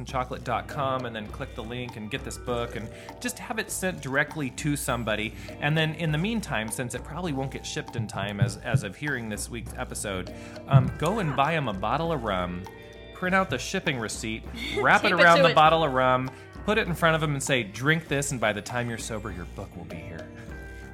S1: parrottalksandchocolate.com and then click the link and get this book and just have it sent directly to somebody. And then in the meantime, since it probably won't get shipped in time as as of hearing this week's episode, um, go and buy them a bottle of rum. Print out the shipping receipt, wrap it
S2: Tape it
S1: around
S2: to
S1: the
S2: it.
S1: bottle of rum, put it in front of them, and say, "Drink this, and by the time you're sober, your book will be here."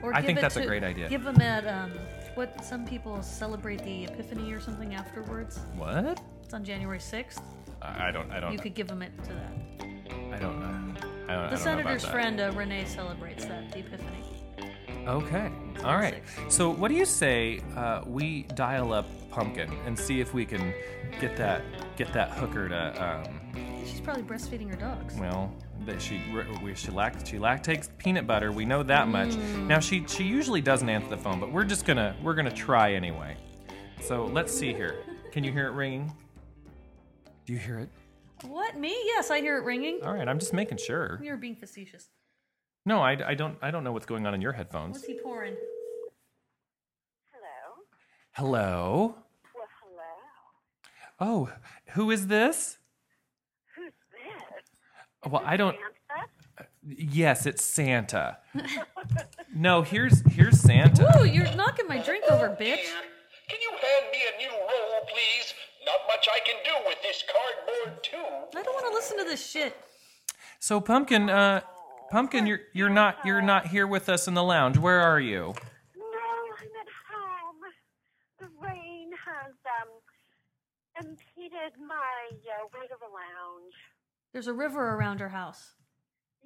S2: Or
S1: I
S2: give
S1: think
S2: it
S1: that's a
S2: to-
S1: great idea.
S2: Give them at um, what some people celebrate the Epiphany or something afterwards.
S1: What?
S2: It's on January sixth.
S1: I I don't. I don't.
S2: You could give them it to that.
S1: I don't know. I don't, I don't know
S2: The
S1: about
S2: senator's
S1: that.
S2: friend uh, Renee celebrates that the Epiphany.
S1: Okay. All right.
S2: six.
S1: So, what do you say uh, we dial up Pumpkin and see if we can get that get that hooker to um,
S2: She's probably breastfeeding her dogs.
S1: well that she we, she lact she lactates peanut butter. We know that much. Now she she usually doesn't answer the phone, but we're just gonna we're gonna try anyway. So let's see here. Can you hear it ringing? Do you hear it?
S2: What me? Yes, I hear it ringing.
S1: All right. I'm just making sure.
S2: You're being facetious.
S1: No, I, I don't I don't know what's going on in your headphones.
S2: What's he pouring?
S5: Hello.
S1: Hello.
S5: Well, hello.
S1: Oh, who is this?
S5: Who's this?
S1: Well, I don't. Uh,
S5: Santa?
S1: Yes, it's Santa. no, here's here's Santa.
S2: Whoa, you're knocking my drink over, bitch.
S4: Can you hand me a new roll, please? Not much I can do with this cardboard tube.
S2: I don't want to listen to this shit.
S1: So pumpkin, uh,
S5: Oh,
S1: pumpkin, you're you're not you're not here with us in the lounge. Where are you?
S5: No, I'm at home. The rain has um impeded my uh, way to the lounge.
S2: There's a river around our house.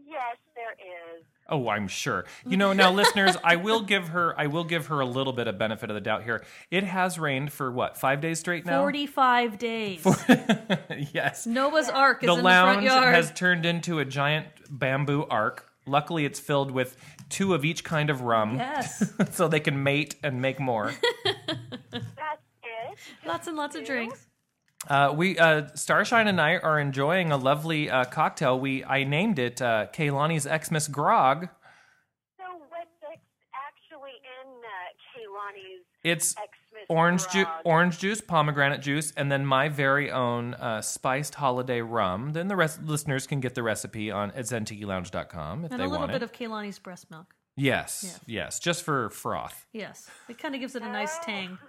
S5: Yes, there is.
S1: Oh, I'm sure. You know, now listeners, I will give her I will give her a little bit of benefit of the doubt here. It has rained for what five days straight now.
S2: 45 days.
S1: yes.
S2: Noah's Ark is
S1: the
S2: in
S1: lounge
S2: the front yard.
S1: has turned into a giant bamboo arc. Luckily, it's filled with two of each kind of rum,
S2: yes.
S1: so they can mate and make more.
S5: That's it.
S2: Lots and lots of drinks.
S1: Uh, we uh, Starshine and I are enjoying a lovely uh, cocktail. We I named it uh, Kaylani's Xmas Grog.
S5: So what's actually in uh, Kaylani's
S1: It's
S5: Xmas
S1: orange juice,
S5: grog?
S1: orange juice, pomegranate juice, and then my very own uh, spiced holiday rum. Then the rest listeners can get the recipe on at zentikilounge.com if
S2: And
S1: they
S2: a little
S1: want it.
S2: bit of Kaylani's breast milk.
S1: yes, yes, just for froth.
S2: Yes. It kind of gives it a nice tang.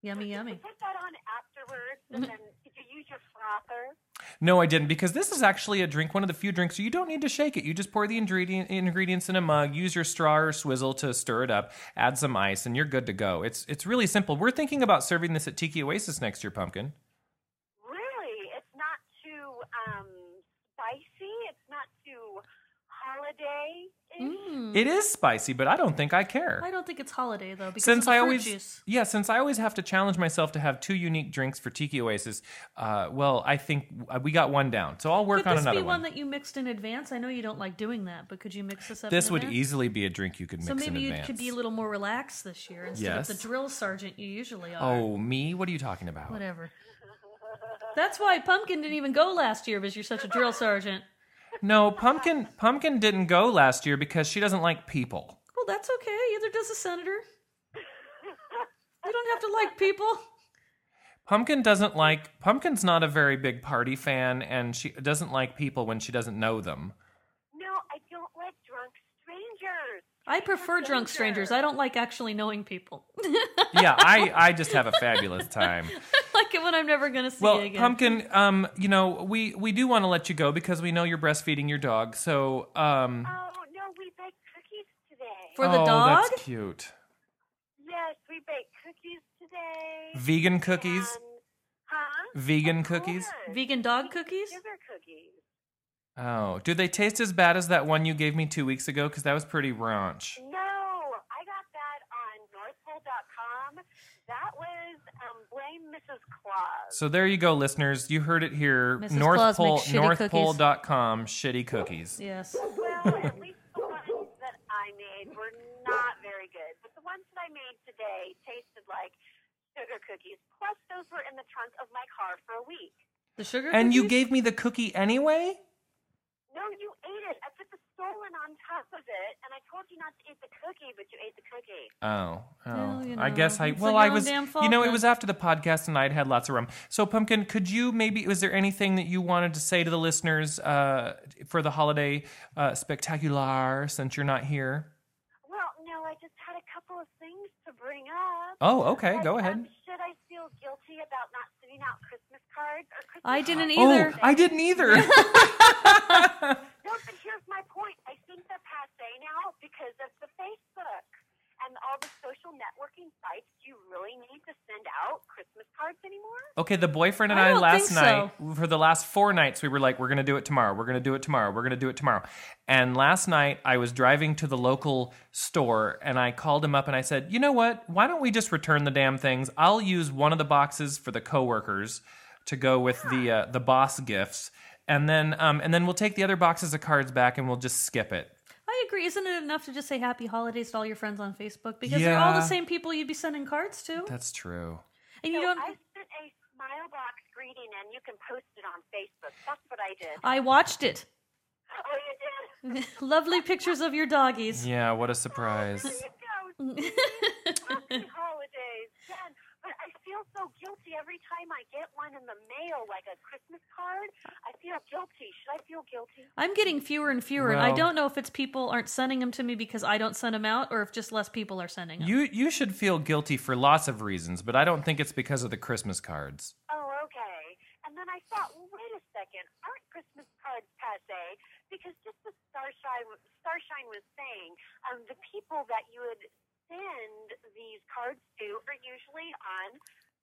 S2: Yummy,
S5: You
S2: yummy.
S5: put that on afterwards, and then did you use your frother?
S1: No, I didn't because this is actually a drink, one of the few drinks you don't need to shake it. You just pour the ingredient ingredients in a mug, use your straw or swizzle to stir it up, add some ice, and you're good to go. It's it's really simple. We're thinking about serving this at Tiki Oasis next year, pumpkin.
S5: Really, it's not too um, spicy. It's not too holiday.
S1: It is spicy, but I don't think I care.
S2: Hmm. I don't think it's holiday though because
S1: since
S2: of the
S1: I
S2: fruit
S1: always
S2: juice.
S1: yeah, since I always have to challenge myself to have two unique drinks for Tiki Oasis, uh, well, I think uh, we got one down, so I'll work
S2: Could
S1: on
S2: this
S1: another
S2: be
S1: one.
S2: one that you mixed in advance? I know you don't like doing that, but could you mix this up?
S1: this
S2: in
S1: would
S2: advance?
S1: easily be a drink you could mix
S2: So maybe
S1: in
S2: you
S1: advance.
S2: could be a little more relaxed this year instead of
S1: Yes.
S2: the drill sergeant you usually are.
S1: oh me? What are you talking about?
S2: Whatever. That's why Pumpkin didn't even go last year because you're such a drill sergeant.
S1: No, pumpkin. Pumpkin didn't go last year because she doesn't like people.
S2: Well, that's okay. Either does the senator. You don't have to like people.
S1: Pumpkin doesn't like. Pumpkin's not a very big party fan, and she doesn't like people when she doesn't know them.
S5: No, I don't like drunk strangers.
S2: I prefer drunk strangers. I don't like actually knowing people.
S1: Yeah, I I just have a fabulous time.
S2: like it when I'm never going to see
S1: Well,
S2: you again.
S1: pumpkin, um, you know, we we do want to let you go because we know you're breastfeeding your dog. So, um,
S5: Oh no, we baked cookies today.
S2: For the
S1: oh,
S2: dog?
S1: that's cute.
S5: yes, we baked cookies today.
S1: Vegan cookies,
S5: and- huh?
S1: vegan
S5: Of
S1: cookies.
S5: course.
S2: Vegan dog cookies?
S5: Sugar cookies.
S1: Oh, do they taste as bad as that one you gave me two weeks ago? Because that was pretty raunch.
S5: No, I got that on NorthPole.com. That was um, blame Mrs. Claus.
S1: So there you go, listeners. You heard it here.
S2: Mrs.
S1: North
S2: Claus
S1: Pole,
S2: makes shitty cookies.
S1: NorthPole.com, shitty cookies.
S2: Yes.
S5: Well, at least the ones that I made were not very good, but the ones that I made today tasted like sugar cookies. Plus, those were in the trunk of my car for a week.
S2: The sugar
S1: And you
S2: cookies?
S1: gave me the cookie anyway?
S5: No, you ate it. I put the stolen on top of it, and I told you not to eat the cookie, but you ate the cookie.
S1: Oh, oh.
S2: Well, you
S1: I
S2: know,
S1: guess I.
S2: it's
S1: Well,
S2: your
S1: I
S2: own
S1: was.
S2: damn
S1: you
S2: fault
S1: know, it
S2: then.
S1: was after the podcast, and I'd had lots of rum. So, pumpkin, could you maybe? Was there anything that you wanted to say to the listeners uh, for the holiday uh, spectacular? Since you're not here.
S5: Well, no, I just had a couple of things to bring up.
S1: Oh, okay.
S5: Like,
S1: Go
S5: um,
S1: ahead.
S5: should I feel guilty about not sending out Christmas cards or Christmas?
S2: I didn't
S1: Oh,
S2: either.
S1: I didn't either.
S5: No, but here's my point. I think they're passe now because of the Facebook and all the social networking sites. Do you really need to send out Christmas cards anymore?
S1: okay, the boyfriend and
S2: I
S1: I,
S2: don't
S1: last
S2: think
S1: night for the last four nights we were like, we're gonna do it tomorrow. We're gonna do it tomorrow. We're gonna do it tomorrow. And last night I was driving to the local store and I called him up and I said, you know what? Why don't we just return the damn things? I'll use one of the boxes for the coworkers to go with the uh, the boss gifts, and then um, and then we'll take the other boxes of cards back and we'll just skip it.
S2: I agree. Isn't it enough to just say happy holidays to all your friends on Facebook? Because they're all the
S1: Yeah.
S2: same people you'd be sending cards to.
S1: That's true.
S2: And you
S5: so
S2: don't.
S5: I sent a smile box greeting and you can post it on Facebook. That's what I did.
S2: I watched it.
S5: oh, you did?
S2: Lovely pictures of your doggies.
S1: Yeah, what a surprise.
S5: There you go. Happy holidays. Man, but I feel so so guilty every time I get one in the mail, like a Christmas card. I feel guilty. Should I feel guilty?
S2: I'm getting fewer and fewer, and I
S1: Well-
S2: don't know if it's people aren't sending them to me because I don't send them out, or if just less people are sending them.
S1: You you should feel guilty for lots of reasons, but I don't think it's because of the Christmas cards.
S5: Oh, okay. And then I thought, well, wait a second. Aren't Christmas cards passe? Because just as Starshine, Starshine was saying, um, the people that you would send these cards to are usually on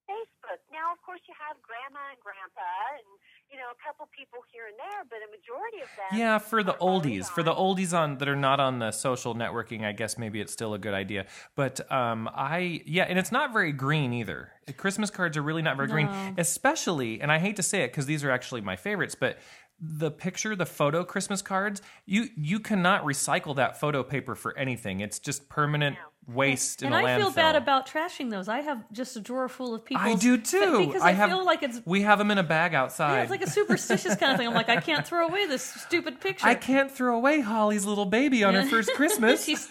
S5: Facebook. Now, of course, you have grandma and grandpa and, you know, a couple people here and there, but a majority of them.
S1: Yeah, for the
S5: are already
S1: oldies, for
S5: on.
S1: the oldies on that are not on the social networking, I guess maybe it's still a good idea. But um, I yeah, and it's not very green either. Christmas cards are really not very green, especially. And I hate to say it because these are actually my favorites, but the picture, the photo Christmas cards, you you cannot recycle that photo paper for anything. It's just permanent waste
S2: and
S1: in a landfill.
S2: I feel bad about trashing those. I have just a drawer full of people.
S1: I do too.
S2: Because I,
S1: I, have,
S2: feel like it's
S1: we have them in a bag
S2: yeah,
S1: outside.
S2: it's like a superstitious kind of thing. I'm like, I can't throw away this stupid picture.
S1: I can't throw away Holly's little baby on her first Christmas.
S2: She's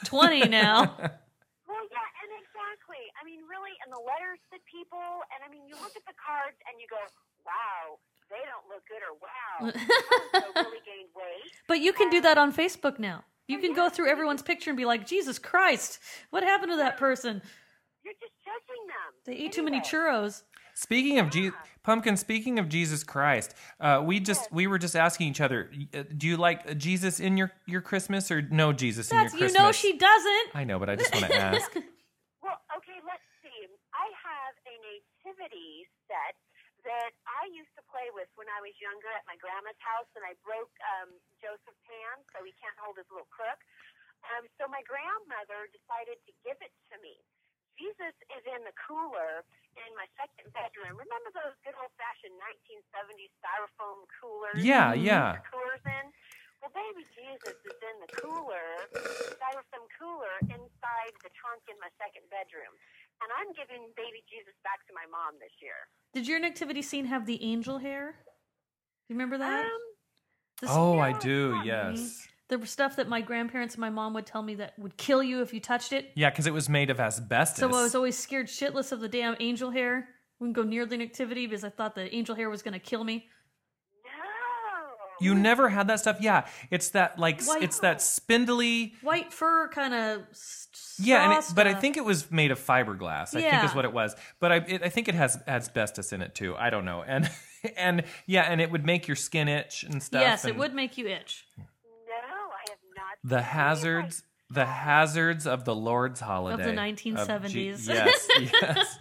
S2: 20 now.
S5: Well, yeah, and exactly. I mean, really, and the letters to people, and I mean, you look at the cards and you go, wow, they don't look good, or wow, so really gained weight.
S2: But you can do that on Facebook now. You can go through everyone's picture and be like, Jesus Christ, what happened to that person?
S5: You're just judging them.
S2: They ate too many churros.
S1: Speaking of Je- pumpkin, speaking of Jesus Christ, uh, we just we were just asking each other, uh, do you like Jesus in your your Christmas or no Jesus
S2: That's,
S1: in
S2: you
S1: your Christmas?
S2: know, she doesn't.
S1: I know, but I just want to ask.
S5: Well, okay, let's see. I have a nativity set that I used to play with when I was younger at my grandma's house, and I broke um, Joseph's hand, so he can't hold his little crook. Um, so my grandmother decided to give it to me. Jesus is in the cooler in my second bedroom. Remember those good old fashioned 1970s styrofoam coolers?
S1: Yeah,
S5: that you
S1: yeah.
S5: put your Coolers in. Well, baby Jesus is in the cooler, styrofoam cooler inside the trunk in my second bedroom. And I'm giving baby Jesus back to my mom this year.
S2: Did your nativity scene have the angel hair? You remember that?
S5: Um,
S2: This-
S1: Oh, I do. Yes.
S2: The stuff that my grandparents and my mom would tell me that would kill you if you touched it.
S1: Yeah, because it was made of asbestos.
S2: So I was always scared shitless of the damn angel hair. Wouldn't go near the nativity because I thought the angel hair was going to kill me.
S5: no.
S1: you never had that stuff. Yeah, it's that like s
S2: Why-
S1: it's that spindly.
S2: White fur kind of.
S1: Yeah, and it, but I think it was made of fiberglass. I think
S2: Yeah.
S1: is what it was. But I, it, I think it has asbestos in it too. I don't know. And and yeah, and it would make your skin itch and stuff.
S2: uh, Yes, it
S1: and
S2: would make you itch.
S5: No, I have not.
S1: The
S5: seen it.
S1: hazards, the hazards of the Lord's holiday Of G-
S2: 1970s.
S1: yes, yes.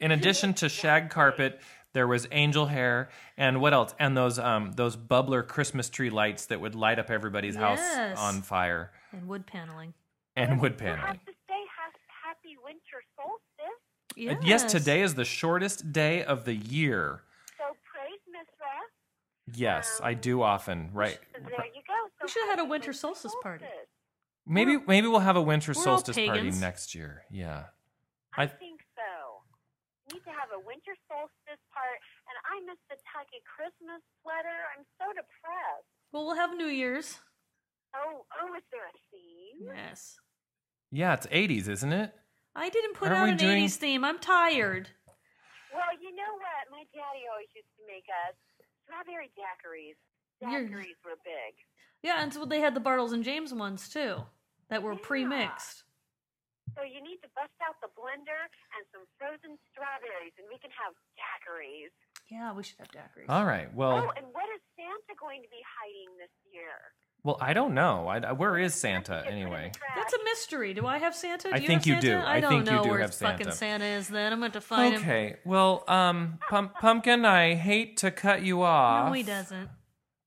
S1: In addition to shag carpet, there was angel hair, and what else? And those um those bubbler Christmas tree lights that would light up everybody's
S2: Yes.
S1: house on fire
S2: And wood paneling.
S1: and wood
S5: You
S1: paneling.
S5: have to say ha- happy winter solstice.
S2: Yes.
S1: Uh, yes, today is the shortest day of the year.
S5: So praise Mithra.
S1: Yes, I do often. Right.
S5: There you go. So
S2: We should have had a
S5: happy
S2: winter solstice party.
S1: Maybe maybe we'll have a winter
S2: we're all
S1: solstice party
S2: pagans.
S1: next year. Yeah.
S5: I
S1: I-
S5: think so. We need to have a winter solstice part, and I miss the tacky Christmas sweater. I'm so depressed.
S2: Well, we'll have New Year's.
S5: Oh, oh, is there a theme?
S2: Yes.
S1: Yeah, it's 80s, isn't it?
S2: I didn't put
S1: Aren't
S2: out
S1: we
S2: an
S1: doing-
S2: 80s theme. I'm tired.
S5: Well, you know what? My daddy always used to make us strawberry daiquiris.
S2: You're-
S5: Daiquiris were big.
S2: Yeah, and so they had the Bartles and James ones too that were
S5: Yeah.
S2: pre-mixed.
S5: So you need to bust out the blender and some frozen strawberries, and we can have daiquiris.
S2: Yeah, we should have daiquiris.
S1: All right.
S5: Oh,
S1: Well,
S5: and what is Santa going to be hiding this year?
S1: well, I don't know. I, I- where is Santa
S5: Get rid of the
S1: anyway?
S5: trash.
S2: That's a mystery. Do I have Santa? Do
S1: I
S2: you
S1: think
S2: have
S1: you do.
S2: Santa? I
S1: I
S2: don't
S1: think you
S2: know
S1: do
S2: where
S1: have
S2: fucking
S1: Santa.
S2: Santa is. Then I'm going to find him.
S1: Okay. Well, um Pum- Pumpkin, I hate to cut you off.
S2: No, he doesn't.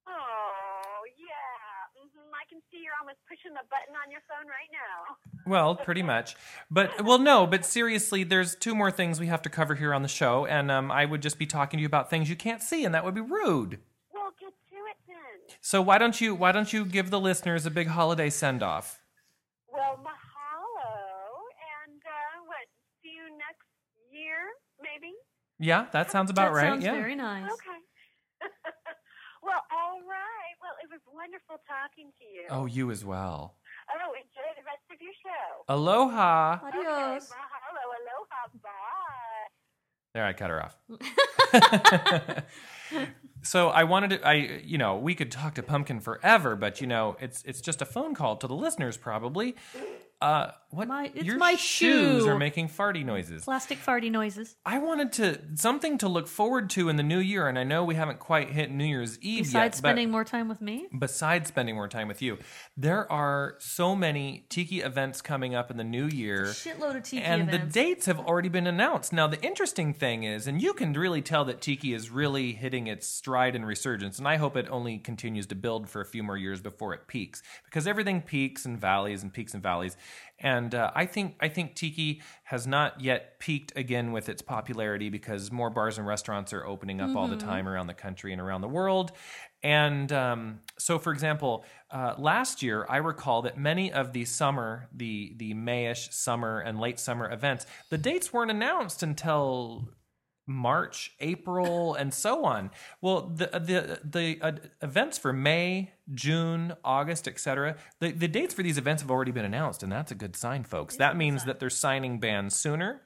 S5: Oh, yeah. hmm I can see you're almost pushing the button on your phone right now.
S1: Well, pretty much. But well, no, but seriously, there's two more things we have to cover here on the show and um I would just be talking to you about things you can't see and that would be rude.
S5: Well, get to it then.
S1: So why don't you why don't you give the listeners a big holiday send-off?
S5: Well, mahalo, and uh, what? See you next year, maybe?
S1: Yeah, that sounds about
S2: that
S1: right.
S2: sounds
S1: yeah.
S2: very nice.
S5: Okay. well, all right. Well, it was wonderful talking to you.
S1: Oh, you as well.
S5: Oh, enjoy the rest of your show.
S1: Aloha.
S2: Adios.
S5: Okay, mahalo, aloha, bye.
S1: There, I cut her off. so I wanted to, I, you know, we could talk to Pumpkin forever, but you know, it's it's just a phone call to the listeners, probably. Uh, what?
S2: My- it's
S1: Your
S2: my
S1: shoes
S2: shoe.
S1: are making farty noises.
S2: Plastic farty noises.
S1: I wanted to something to look forward to in the new year, and I know we haven't quite hit New Year's Eve yet.
S2: Besides
S1: but-
S2: spending more time with me,
S1: besides spending more time with you, there are so many tiki events coming up in the new year.
S2: shitload of tiki
S1: And the
S2: events.
S1: dates have already been announced. Now, the interesting thing is, and you can really tell that Tiki is really hitting its stride and resurgence, and I hope it only continues to build for a few more years before it peaks, because everything peaks and valleys and peaks and valleys. And uh, I think I think Tiki has not yet peaked again with its popularity because more bars and restaurants are opening up all the
S2: Mm-hmm.
S1: time around the country and around the world. And um, so, for example, uh, last year I recall that many of the summer, the the Mayish summer and late summer events, the dates weren't announced until March, April, and so on. Well, the the the uh, events for May, June, August, etc. The the dates for these events have already been announced, and that's a good sign, folks. that means that they're signing bands sooner.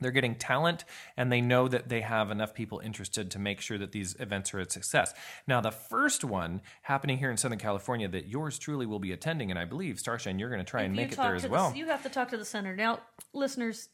S1: They're getting talent, and they know that they have enough people interested to make sure that these events are a success. Now, the first one happening here in Southern California that yours truly will be attending, and I believe Starshine, you're going to try and
S2: You
S1: make it
S2: talk
S1: there
S2: to
S1: as
S2: the-
S1: well.
S2: you have to talk to the senator now, listeners.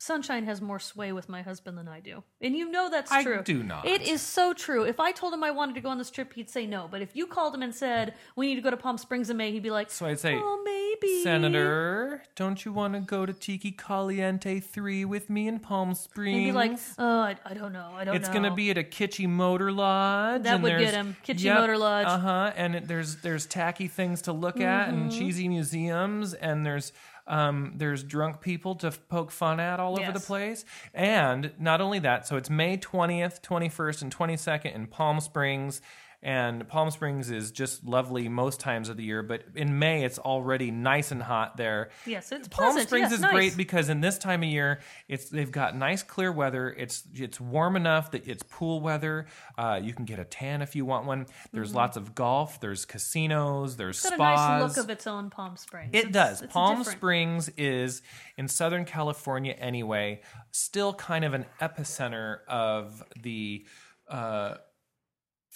S2: Sunshine has more sway with my husband than I do, and you know that's
S1: I
S2: true.
S1: do not.
S2: It is so true. If I told him I wanted to go on this trip, he'd say no. But if you called him and said we need to go to Palm Springs in May, he'd be like,
S1: So I'd say,
S2: "Oh, maybe
S1: Senator, don't you want to go to Tiki Caliente 3 with me in Palm Springs?
S2: He'd be like, "Oh, I, I don't know. I don't
S1: it's
S2: know."
S1: going to be at a Kitschy Motor Lodge.
S2: That
S1: and
S2: would
S1: there's-
S2: get 'em. Kitschy Motor Lodge.
S1: Uh huh. And it, there's there's tacky things to look at and
S2: Mm-hmm.
S1: cheesy museums and there's um there's drunk people to f- poke fun at all over the
S2: Yes.
S1: place. And not only that, so it's May twentieth, twenty first, and twenty second in Palm Springs. And Palm Springs is just lovely most times of the year, but in May it's already nice and hot there.
S2: Yes, it's
S1: Palm
S2: pleasant.
S1: Springs
S2: Yes,
S1: is
S2: nice.
S1: great because in this time of year, it's they've got nice clear weather. It's it's warm enough that it's pool weather. Uh, you can get a tan if you want one. There's lots of golf. There's casinos. There's
S2: Mm-hmm. It's got
S1: spas.
S2: a nice look of its own Palm Springs.
S1: It
S2: It's-
S1: does.
S2: it's
S1: Palm
S2: different-
S1: Springs is in Southern California anyway, still kind of an epicenter of the uh,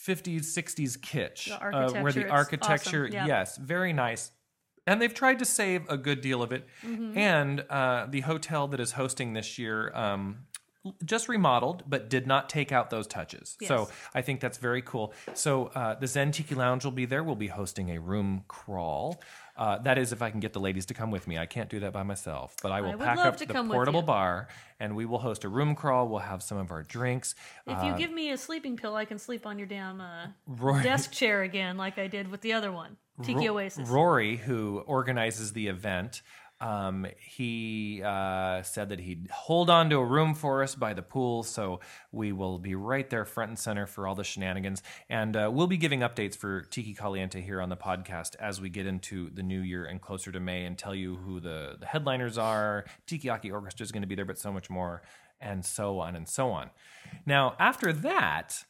S1: 50s, 60s kitsch,
S2: The
S1: uh, where
S2: architecture,
S1: the
S2: it's
S1: architecture,
S2: awesome. Yeah.
S1: yes, very nice. And they've tried to save a good deal of it.
S2: Mm-hmm.
S1: And uh, the hotel that is hosting this year um, just remodeled, but did not take out those touches. So
S2: Yes.
S1: I think that's very cool. So uh, the Zen Tiki Lounge will be there. We'll be hosting a room crawl. Uh, that is, if I can get the ladies to come with me. I can't do that by myself, but I will
S2: would
S1: pack
S2: love
S1: up
S2: to
S1: the
S2: come with
S1: portable
S2: you.
S1: bar and we will host a room crawl. We'll have some of our drinks.
S2: If
S1: Uh,
S2: you give me a sleeping pill, I can sleep on your damn uh,
S1: Rory-
S2: desk chair again, like I did with the other one, Tiki
S1: Ro-
S2: Oasis.
S1: Rory, who organizes the event, um, he uh, said that he'd hold on to a room for us by the pool, so we will be right there, front and center for all the shenanigans. And uh, we'll be giving updates for Tiki Caliente here on the podcast as we get into the new year and closer to May, and tell you who the, the headliners are. Tiki Aki Orchestra is going to be there, but so much more, and so on and so on. Now, after that.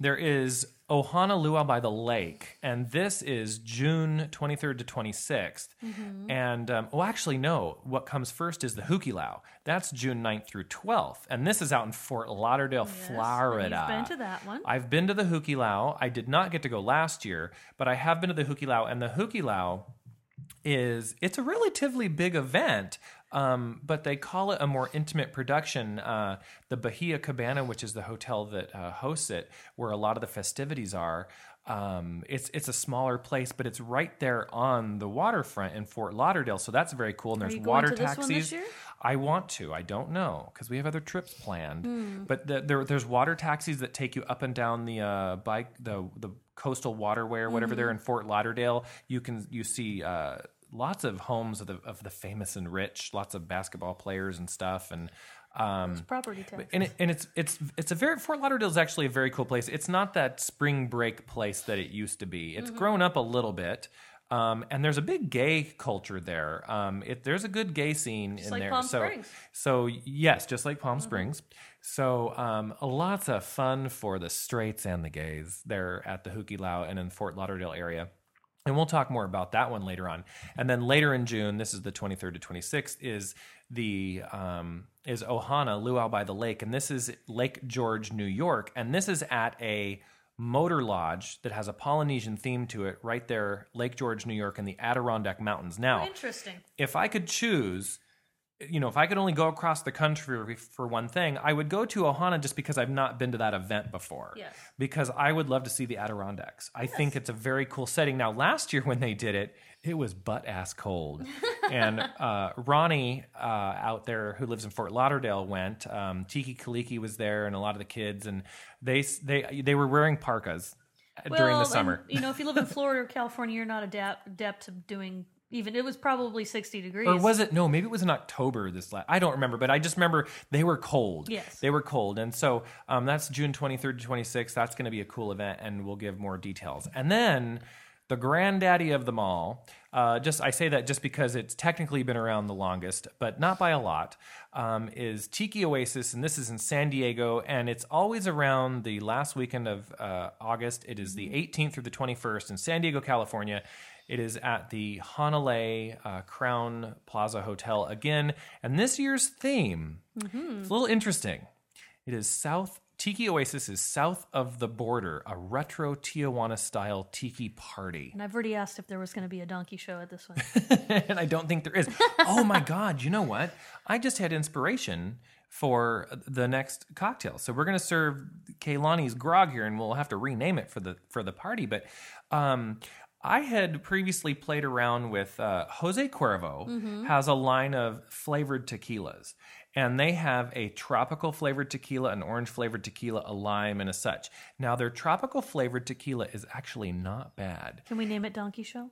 S1: There is Ohana Luau by the Lake, and this is June 23rd to 26th.
S2: Mm-hmm.
S1: And, um, well, actually, no, what comes first is the Hukilau. That's June 9th through 12th, and this is out in Fort Lauderdale, Florida.
S2: He's been to that one.
S1: I've been to the Hukilau. I did not get to go last year, but I have been to the Hukilau, and the Hukilau is it's a relatively big event um, but they call it a more intimate production uh, the bahia cabana which is the hotel that uh, hosts it where a lot of the festivities are um, it's it's a smaller place but it's right there on the waterfront in fort lauderdale so that's very cool and there's
S2: you going
S1: water
S2: to this
S1: taxis
S2: one this year?
S1: I want to. I don't know because we have other trips planned. But the, there, there's water taxis that take you up and down the uh, bike, the the coastal waterway or whatever. There in Fort Lauderdale, you can you see uh, lots of homes of the of the famous and rich, lots of basketball players and stuff, and. Um,
S2: Property tax.
S1: and, it, and it's it's it's a very Fort Lauderdale is actually a very cool place. It's not that spring break place that it used to be.
S2: Mm-hmm.
S1: It's grown up a little bit, um, and there's a big gay culture there. Um, it, there's a good gay scene in
S2: like
S1: there.
S2: Palm
S1: so
S2: Springs. Mm-hmm.
S1: so yes, just like Palm Springs. So um, lots of fun for the straights and the gays there at the Hukilau and in Fort Lauderdale area. And we'll talk more about that one later on. And then later in June, this is the 23rd to 26th, is the um, is Ohana Luau by the Lake, and this is Lake George, New York, and this is at a motor lodge that has a Polynesian theme to it, right there, Lake George, New York, in the Adirondack Mountains. Now,
S2: Interesting.
S1: if I could choose, you know, if I could only go across the country for one thing, I would go to Ohana just because I've not been to that event before.
S2: Yes.
S1: Because I would love to see the Adirondacks. I think it's a very cool setting. Now, last year when they did it, it was butt ass cold. and uh, Ronnie uh, out there who lives in Fort Lauderdale went. Um, Tiki Kaliki was there and a lot of the kids, and they s- they they were wearing parkas uh, during the
S2: and,
S1: summer.
S2: you know, if you live in Florida or California, you're not adapt, adept to doing even. It was probably 60 degrees.
S1: Or was it no? Maybe it was in October this last. I don't remember, but I just remember they were cold.
S2: Yes.
S1: they were cold, and so um, that's June twenty third to twenty sixth. That's going to be a cool event, and we'll give more details. And then the granddaddy of them all. Uh, just I say that just because it's technically been around the longest, but not by a lot. Um, is Tiki Oasis, and this is in San Diego, and it's always around the last weekend of uh, August. It is the 18th through the 21st in San Diego, California. It is at the Honolulu uh, Crown Plaza Hotel again. And this year's theme, it's a little interesting. It is South, Tiki Oasis is south of the border, a retro Tijuana style tiki party.
S2: And I've already asked if there was going to be a donkey show at this one.
S1: and I don't think there is. Oh my God, you know what? I just had inspiration for the next cocktail. So we're going to serve Kaylani's grog here and we'll have to rename it for the for the party, but um I had previously played around with uh, Jose Cuervo
S2: Mm-hmm.
S1: has a line of flavored tequilas and they have a tropical flavored tequila, an orange flavored tequila, a lime and a such. Now their tropical flavored tequila is actually not bad.
S2: Can we name it Donkey Show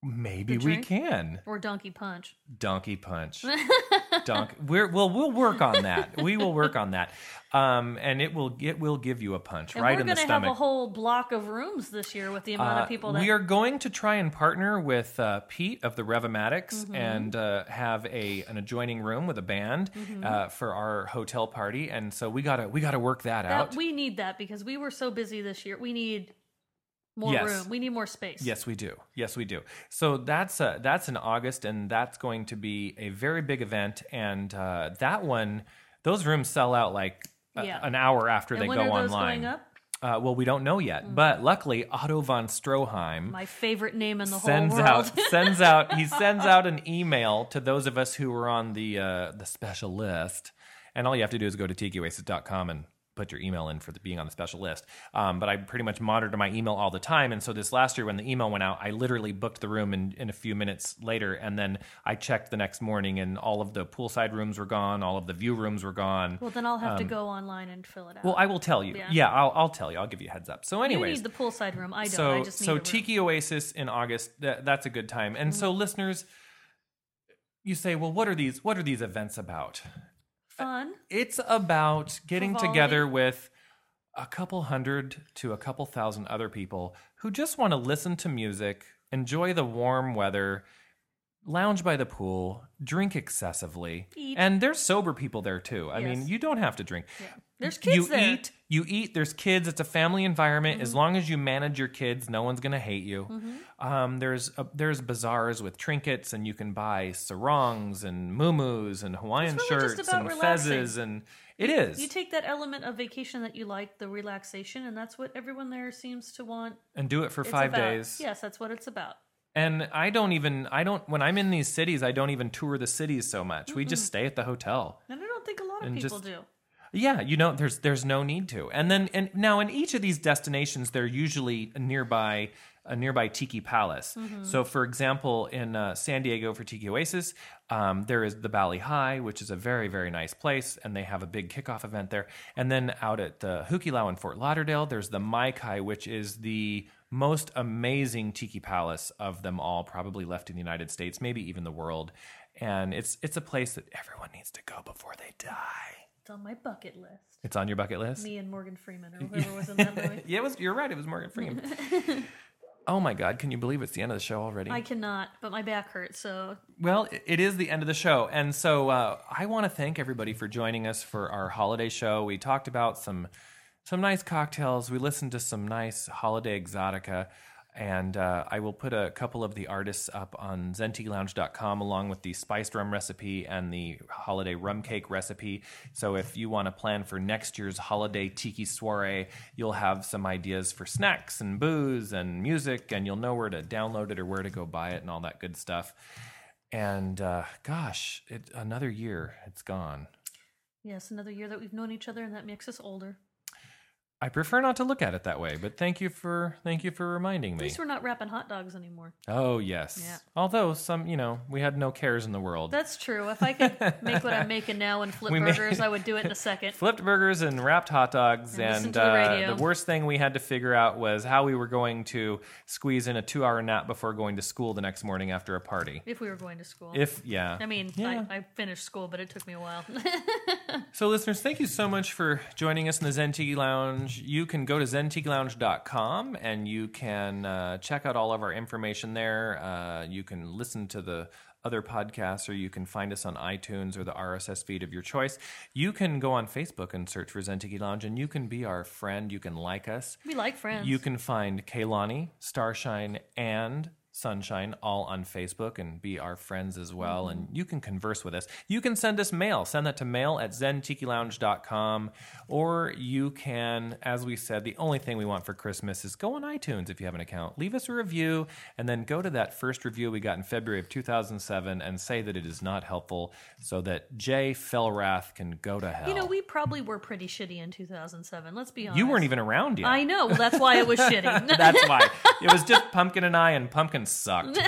S1: Maybe
S2: The
S1: we
S2: drink?
S1: can.
S2: or Donkey Punch?
S1: Donkey Punch. Donk. We're, well, we'll work on that. We will work on that, um, and it will it will give you a punch
S2: And
S1: right
S2: we're
S1: in the
S2: gonna
S1: stomach.
S2: have a whole block of rooms this year with the amount
S1: Uh,
S2: of people that
S1: we are going to try and partner with uh, Pete of the Revomatics
S2: Mm-hmm.
S1: and uh, have a an adjoining room with a band
S2: Mm-hmm.
S1: uh, for our hotel party, and so we gotta we gotta work that,
S2: that
S1: out.
S2: we need that because we were so busy this year. We need more
S1: Yes.
S2: room. We need more space.
S1: Yes, we do. Yes, we do. So that's uh, that's in August, and that's going to be a very big event. And uh, that one, those rooms sell out like a-
S2: Yeah.
S1: an hour after
S2: And
S1: they
S2: when
S1: go
S2: are those
S1: online.
S2: going up? Mm.
S1: Uh, well, we don't know yet, but luckily Otto von Stroheim
S2: My favorite name in the
S1: sends
S2: whole world.
S1: out sends out he sends out an email to those of us who were on the uh, the special list, and all you have to do is go to tikioasis.com and put your email in for the, being on the special list. Um, but I pretty much monitor my email all the time, and so this last year when the email went out, I literally booked the room in, in a few minutes later, and then I checked the next morning, and all of the poolside rooms were gone, all of the view rooms were gone.
S2: well, then I'll have to go online and fill it out.
S1: Um, Well, I will tell you. Yeah,
S2: Yeah.
S1: I'll, I'll tell you. I'll give you a heads up. So, anyways,
S2: you need the poolside room. I don't.
S1: so
S2: I just need
S1: so
S2: a room. Mm-hmm.
S1: Tiki Oasis in August. That, that's a good time. And so listeners, you say, well, what are these? What are these events about? uh,
S2: fun.
S1: It's about getting
S2: Frivolity.
S1: together with a couple hundred to a couple thousand other people who just want to listen to music, enjoy the warm weather, lounge by the pool, drink excessively.
S2: Eat.
S1: And there's sober people there too. I mean,
S2: Yes.
S1: you don't have to drink
S2: There's kids
S1: you
S2: there. Mm-hmm.
S1: eat you eat there's kids it's a family environment as long as you manage your kids no one's going to hate you um, there's a, there's bazaars with trinkets and you can buy sarongs and muumuus and hawaiian
S2: It's really just
S1: shirts
S2: about
S1: and
S2: relaxing.
S1: fezzes and it is
S2: You take that element of vacation that you like, the relaxation, and that's what everyone there seems to want.
S1: and do it for
S2: It's
S1: 5
S2: about.
S1: days
S2: Yes, that's what it's about.
S1: and i don't even i don't when i'm in these cities i don't even tour the cities so much we
S2: Mm-hmm.
S1: just stay at the hotel
S2: And I don't think a lot of
S1: And
S2: people
S1: just-
S2: do.
S1: Yeah, you know, there's there's no need to. And then and now in each of these destinations, they're usually a nearby a nearby tiki palace. So, for example, in uh, San Diego for Tiki Oasis, um, there is the Bali High, which is a very very nice place, and they have a big kickoff event there. And then out at uh, Hukilau in Fort Lauderdale, there's the Maikai, which is the most amazing tiki palace of them all, probably left in the United States, maybe even the world. And it's it's a place that everyone needs to go before they die.
S2: It's on my bucket list.
S1: It's on your bucket list.
S2: Me and Morgan Freeman, or whoever was in that movie.
S1: Yeah, it was. You're right. It was Morgan Freeman. oh my God! Can you believe it's the end of the show already?
S2: I cannot, but my back hurts, so
S1: Well, i- it is the end of the show, and so uh, I want to thank everybody for joining us for our holiday show. We talked about some some nice cocktails. We listened to some nice holiday exotica, And uh, I will put a couple of the artists up on zentilounge.com along with the spiced rum recipe and the holiday rum cake recipe. So if you want to plan for next year's holiday tiki soiree, you'll have some ideas for snacks and booze and music, and you'll know where to download it or where to go buy it and all that good stuff. And uh, gosh, it, another year, it's gone.
S2: Yes, another year that we've known each other, and that makes us older.
S1: I prefer not to look at it that way, but thank you for thank you for reminding
S2: At
S1: me.
S2: least we're not wrapping hot dogs anymore.
S1: Oh yes.
S2: Yeah.
S1: Although some, you know, we had no cares in the world.
S2: That's true. If I could make what I'm making now and flip
S1: We made-
S2: burgers, I would do it in a second.
S1: Flipped burgers and wrapped hot dogs,
S2: And listened
S1: and
S2: to the
S1: uh,
S2: radio.
S1: the worst thing we had to figure out was how we were going to squeeze in a two-hour nap before going to school the next morning after a party.
S2: If we were going to school.
S1: If yeah,
S2: I mean,
S1: Yeah.
S2: I, I finished school, but it took me a while.
S1: So, listeners, thank you so much for joining us in the Zen Tiki Lounge. You can go to zentikilounge.com and you can uh, check out all of our information there. Uh, you can listen to the other podcasts, or you can find us on iTunes or the RSS feed of your choice. You can go on Facebook and search for Zen Tiki Lounge, and you can be our friend. You can like us.
S2: we like friends.
S1: You can find Kaylani, Starshine, and Sunshine all on Facebook and be our friends as well.
S2: Mm-hmm.
S1: And you can converse with us. You can send us mail. Send that to mail at zentikilounge.com. Or you can, as we said, the only thing we want for Christmas is go on iTunes if you have an account. Leave us a review and then go to that first review we got in February of 2007 and say that it is not helpful so that Jay Felrath can go to hell.
S2: You know, we probably were pretty shitty in 2007. Let's be honest.
S1: you weren't even around yet.
S2: I know. Well, that's why it was shitty.
S1: That's why. It was just Pumpkin and I, and Pumpkin sucked.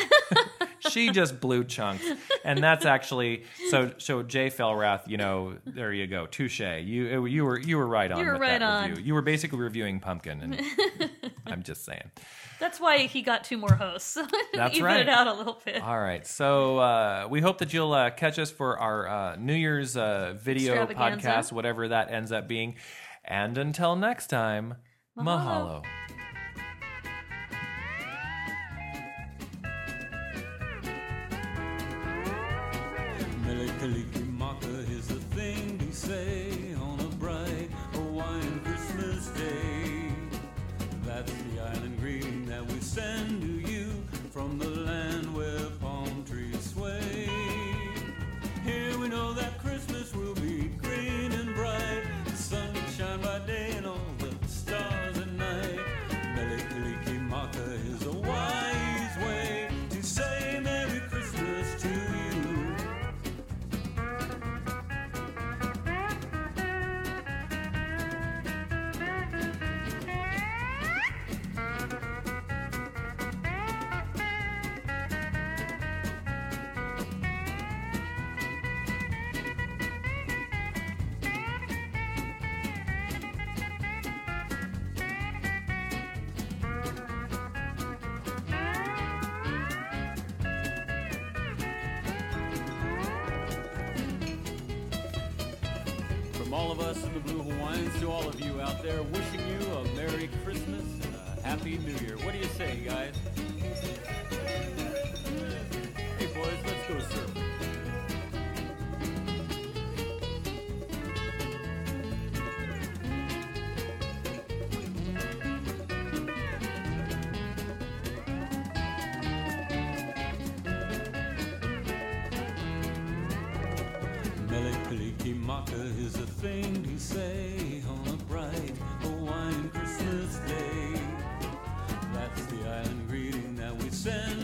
S1: she just blew chunks. And that's actually so so Jay Felrath, you know, there you go. Touche. You you were you were right on
S2: You were
S1: with
S2: right
S1: that
S2: on.
S1: review. You were basically reviewing Pumpkin and I'm just saying.
S2: That's why he got two more hosts.
S1: That's
S2: Even
S1: right.
S2: it out a little bit.
S1: All right. So uh, we hope that you'll uh, catch us for our uh, New Year's uh, video
S2: Extravaganza.
S1: podcast, whatever that ends up being. And until next time,
S2: Mahalo.
S1: mahalo.
S3: Melikilikimaka is the thing to say on a bright Hawaiian Christmas day. That's the island greeting that we send to you from the land where palm trees sway. Here we know that Christmas will be green and bright, the sun will shine by day and all the stars at night. Melikilikimaka is a wise way to say Merry Christmas to you. From all of us in the Blue Hawaiians to all of you out there, wishing you a Merry Christmas and a Happy New Year. What do you say, guys? Hey, boys, let's go surfing. Melikilikimaka is a thing to say on a bright Hawaiian Christmas day. That's the island greeting that we send